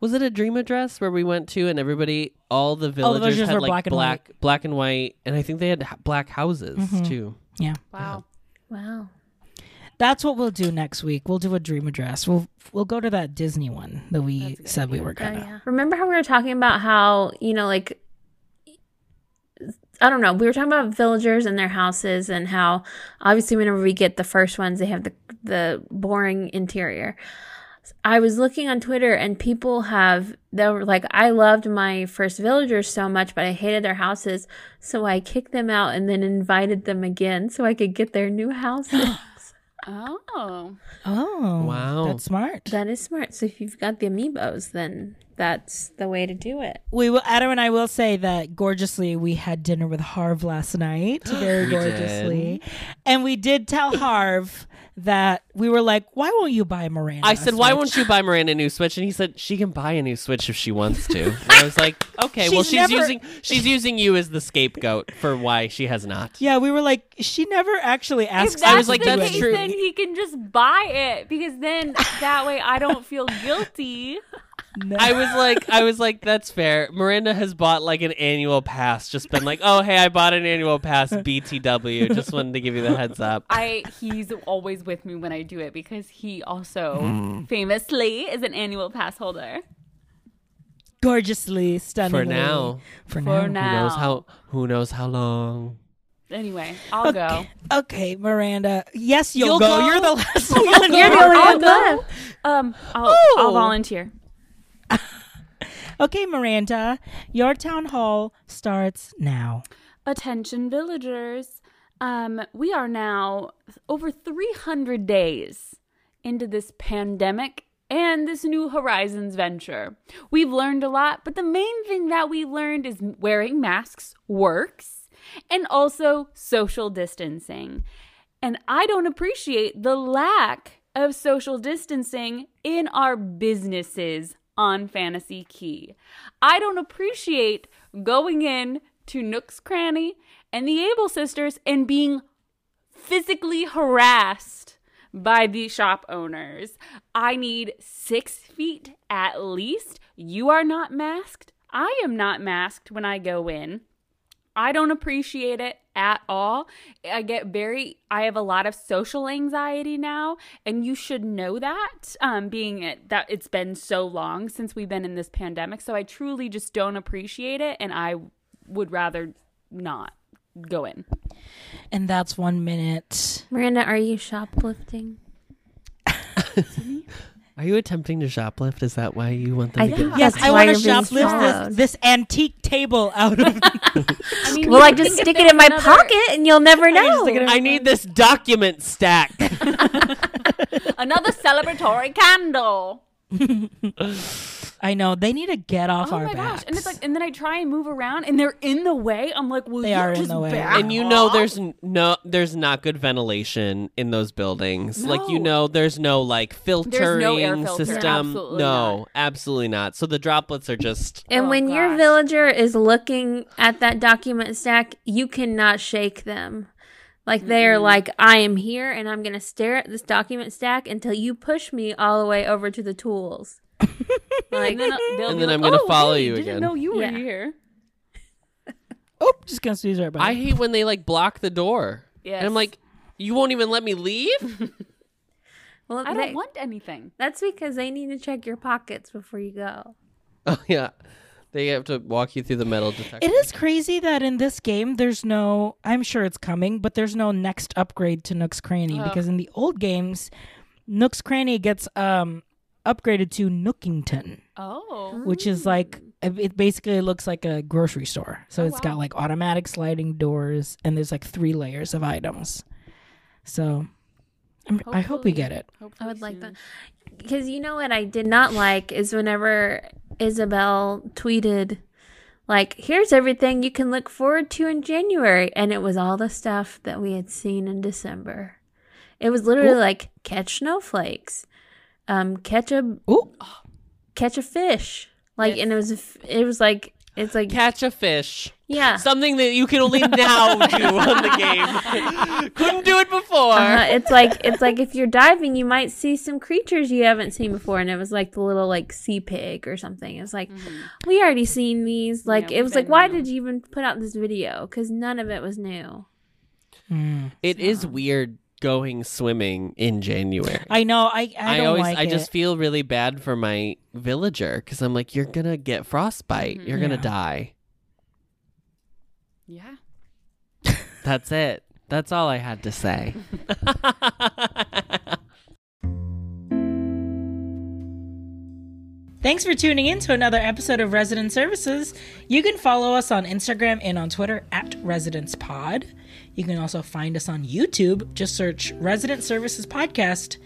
[SPEAKER 3] Was it a dream address where we went to and everybody, all the villagers,
[SPEAKER 1] Oh, villagers
[SPEAKER 3] had
[SPEAKER 1] were
[SPEAKER 3] like
[SPEAKER 1] black and
[SPEAKER 3] black, black and white, and I think they had h- black houses
[SPEAKER 1] Mm-hmm.
[SPEAKER 3] too.
[SPEAKER 1] Yeah.
[SPEAKER 2] Wow.
[SPEAKER 4] Wow.
[SPEAKER 1] That's what we'll do next week. We'll do a dream address. We'll we'll go to that Disney one that we said we were
[SPEAKER 4] Oh,
[SPEAKER 1] gonna.
[SPEAKER 4] yeah. Remember how we were talking about how, you know, like, I don't know, we were talking about villagers and their houses and how obviously whenever we get the first ones, they have the, the boring interior. I was looking on Twitter and people have, they were like, I loved my first villagers so much, but I hated their houses. So I kicked them out and then invited them again so I could get their new houses.
[SPEAKER 2] Oh.
[SPEAKER 1] Oh,
[SPEAKER 3] Wow.
[SPEAKER 1] that's smart.
[SPEAKER 4] That is smart. So if you've got the amiibos, then that's the way to do it.
[SPEAKER 1] we will, Adam and I will say that gorgeously we had dinner with Harv last night, very gorgeously, and we did tell Harv that we were like, "Why won't you buy Miranda?"
[SPEAKER 3] I said, "Why won't you buy Miranda a new Switch?" And he said, "She can buy a new Switch if she wants to." And I was like, "Okay, well,
[SPEAKER 1] She's
[SPEAKER 3] she's
[SPEAKER 1] never-
[SPEAKER 3] using she's using you as the scapegoat for why she has not."
[SPEAKER 1] Yeah, we were like, she never actually asks.
[SPEAKER 3] I
[SPEAKER 1] us
[SPEAKER 3] was
[SPEAKER 1] to
[SPEAKER 3] like,
[SPEAKER 1] do
[SPEAKER 3] that's
[SPEAKER 1] anything."
[SPEAKER 3] true.
[SPEAKER 2] Then he can just buy it because then that way I don't feel guilty.
[SPEAKER 1] No.
[SPEAKER 3] I was like, I was like, that's fair. Miranda has bought like an annual pass, just been like, oh hey, I bought an annual pass, BTW. Just wanted to give you the heads up.
[SPEAKER 2] I he's always with me when I do it because he also
[SPEAKER 3] Mm-hmm.
[SPEAKER 2] famously is an annual pass holder.
[SPEAKER 1] gorgeously, stunningly.
[SPEAKER 3] For now,
[SPEAKER 1] for now,
[SPEAKER 2] For now.
[SPEAKER 3] who knows how who knows how long.
[SPEAKER 2] Anyway, I'll go.
[SPEAKER 1] Okay, Miranda. Yes, you'll,
[SPEAKER 3] You'll
[SPEAKER 1] go.
[SPEAKER 3] go?
[SPEAKER 1] You're the last one.
[SPEAKER 4] You're the only one
[SPEAKER 2] go.
[SPEAKER 4] left.
[SPEAKER 2] Um, I'll, I'll
[SPEAKER 3] Oh.
[SPEAKER 2] volunteer.
[SPEAKER 1] okay, Miranda. Your town hall starts now.
[SPEAKER 2] Attention villagers. Um, we are now over 300 days into this pandemic and this new Horizons venture. We've learned a lot, but the main thing that we learned is wearing masks works and also social distancing. And I don't appreciate the lack of social distancing in our businesses on Fantasy Key. I don't appreciate going in to Nook's Cranny and the Able Sisters and being physically harassed by the shop owners. I need six feet at least. You are not masked. I am not masked when I go in. I don't appreciate it at all. I get very, I have a lot of social anxiety now, and you should know that, um, being it, that it's been so long since we've been in this pandemic. So I truly just don't appreciate it, and I would rather not go in.
[SPEAKER 1] And that's one minute.
[SPEAKER 4] Miranda, are you shoplifting?
[SPEAKER 3] Are you attempting to shoplift? Is that why you want them
[SPEAKER 4] I
[SPEAKER 3] to
[SPEAKER 4] think
[SPEAKER 3] get?
[SPEAKER 1] Yes,
[SPEAKER 4] that's
[SPEAKER 1] I
[SPEAKER 4] why
[SPEAKER 1] want to
[SPEAKER 4] you're being
[SPEAKER 1] shoplift
[SPEAKER 4] followed.
[SPEAKER 1] this, this antique table out of.
[SPEAKER 2] I mean,
[SPEAKER 4] Well,
[SPEAKER 2] you
[SPEAKER 4] I
[SPEAKER 2] can
[SPEAKER 4] just
[SPEAKER 2] think
[SPEAKER 4] stick
[SPEAKER 2] if
[SPEAKER 4] it in my
[SPEAKER 2] there's another-
[SPEAKER 4] pocket and you'll never know.
[SPEAKER 3] I need this document stack.
[SPEAKER 2] Another celebratory candle.
[SPEAKER 1] I know they need to get off
[SPEAKER 2] Oh
[SPEAKER 1] our
[SPEAKER 2] my
[SPEAKER 1] backs.
[SPEAKER 2] gosh! And it's like, and then I try and move around, and they're in the way. I'm like, well,
[SPEAKER 1] They
[SPEAKER 2] you
[SPEAKER 1] are in
[SPEAKER 2] just
[SPEAKER 1] the way.
[SPEAKER 2] back
[SPEAKER 3] and you know
[SPEAKER 2] off.
[SPEAKER 3] there's n- no there's not good ventilation in those buildings like you
[SPEAKER 2] No.
[SPEAKER 3] know there's no like filtering
[SPEAKER 2] air filter.
[SPEAKER 3] system
[SPEAKER 2] Absolutely
[SPEAKER 3] no
[SPEAKER 2] not.
[SPEAKER 3] absolutely not so the droplets are just
[SPEAKER 4] And
[SPEAKER 2] Oh,
[SPEAKER 4] when your
[SPEAKER 2] gosh.
[SPEAKER 4] villager is looking at that document stack, you cannot shake them. Like they are like, I am here and I'm going to stare at this document stack until you push me all the way over to the tools. like,
[SPEAKER 2] And then, I'll- they'll
[SPEAKER 3] And
[SPEAKER 2] be
[SPEAKER 3] then I'm
[SPEAKER 2] like,
[SPEAKER 3] gonna
[SPEAKER 2] "Oh,
[SPEAKER 3] follow
[SPEAKER 2] hey,
[SPEAKER 3] you
[SPEAKER 2] didn't
[SPEAKER 3] again."
[SPEAKER 2] know you were
[SPEAKER 4] Yeah.
[SPEAKER 2] here.
[SPEAKER 1] oh, just gonna squeeze right by.
[SPEAKER 3] i hate when they like block the door and
[SPEAKER 2] Yes.
[SPEAKER 3] i'm like you won't even let me leave
[SPEAKER 4] well,
[SPEAKER 2] I
[SPEAKER 4] they-
[SPEAKER 2] don't want anything.
[SPEAKER 4] that's because they need to check your pockets before you go.
[SPEAKER 3] oh yeah they have to walk you through the metal detector
[SPEAKER 1] It is crazy that in this game there's no I'm sure it's coming, but there's no next upgrade to Nook's Cranny because in the old games Nook's Cranny gets um upgraded to Nookington,
[SPEAKER 2] Oh,
[SPEAKER 1] which is like it basically looks like a grocery store. So it's got like automatic sliding doors and there's like three layers of items. So I'm, I hope we get it.
[SPEAKER 4] I would like that. Because you know what I did not like is whenever Isabel tweeted, like, here's everything you can look forward to in January. And it was all the stuff that we had seen in December. It was literally like catch snowflakes, um, catch a
[SPEAKER 1] Ooh,
[SPEAKER 4] catch a fish, like, and it was a f- it was like it's like
[SPEAKER 3] catch a fish
[SPEAKER 4] yeah,
[SPEAKER 3] something that you can only now do on the game couldn't do it before
[SPEAKER 4] Uh, it's like it's like if you're diving, you might see some creatures you haven't seen before, and it was like the little like sea pig or something. It was like we already seen these. Like
[SPEAKER 2] Yeah,
[SPEAKER 4] it was
[SPEAKER 2] we've
[SPEAKER 4] like why
[SPEAKER 2] been-
[SPEAKER 4] did you even put out this video? Because none of it was new.
[SPEAKER 3] It is weird going swimming in January.
[SPEAKER 1] I know. I I
[SPEAKER 3] I
[SPEAKER 1] don't
[SPEAKER 3] always
[SPEAKER 1] like
[SPEAKER 3] I
[SPEAKER 1] it.
[SPEAKER 3] just feel really bad for my villager because I'm like, you're gonna get frostbite. You're gonna
[SPEAKER 1] Yeah.
[SPEAKER 3] die.
[SPEAKER 2] Yeah.
[SPEAKER 3] That's it. That's all I had to say.
[SPEAKER 1] Thanks for tuning in to another episode of Resident Services. You can follow us on Instagram and on Twitter at Residence Pod. You can also find us on YouTube. Just search Resident Services Podcast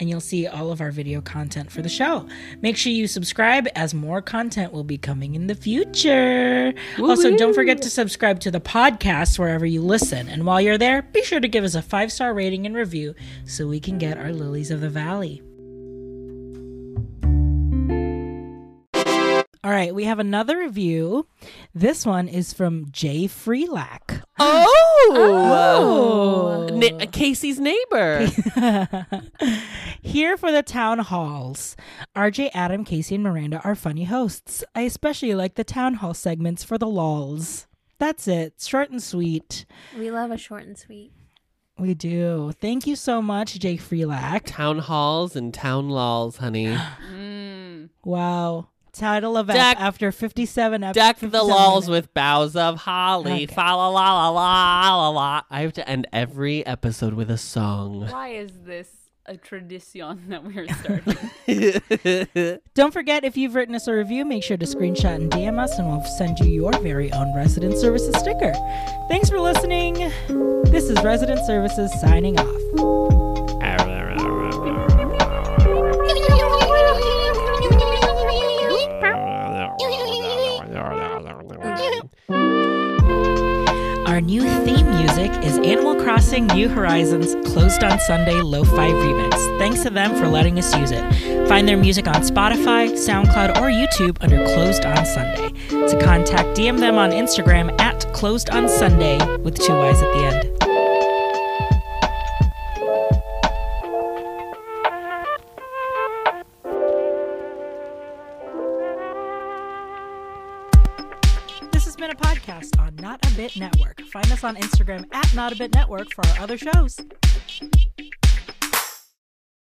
[SPEAKER 1] and you'll see all of our video content for the show. Make sure you subscribe as more content will be coming in the future. Also, don't forget to subscribe to the podcast wherever you listen. And while you're there, be sure to give us a five star rating and review so we can get our lilies of the valley. All right, we have another review. This one is from Jay Freelack.
[SPEAKER 3] Oh, Na- Casey's neighbor.
[SPEAKER 1] Here for the town halls. RJ, Adam, Casey, and Miranda are funny hosts. I especially like the town hall segments for the lols. That's it. Short and sweet.
[SPEAKER 4] We love a short and sweet.
[SPEAKER 1] We do. Thank you so much, Jay Freelack.
[SPEAKER 3] town halls and town laws, honey.
[SPEAKER 1] Wow. Title of
[SPEAKER 3] Deck-
[SPEAKER 1] F after 57 after
[SPEAKER 3] Deck the laws with boughs of holly. Fa la la la la la la. I have to end every episode with a song.
[SPEAKER 2] Why is this a tradition that we're starting?
[SPEAKER 1] Don't forget, if you've written us a review, make sure to screenshot and DM us, and we'll send you your very own resident services sticker. Thanks for listening. This is Resident Services signing off. Our new theme music is Animal Crossing New Horizons Closed on Sunday Lo-Fi Remix. Thanks to them for letting us use it. Find their music on Spotify, SoundCloud, or YouTube under Closed on Sunday. To contact, DM them on Instagram at Closed on Sunday with two Y's at the end. This has been a podcast on Not a Bit Network. Find us on Instagram at Not a Bit Network for our other shows.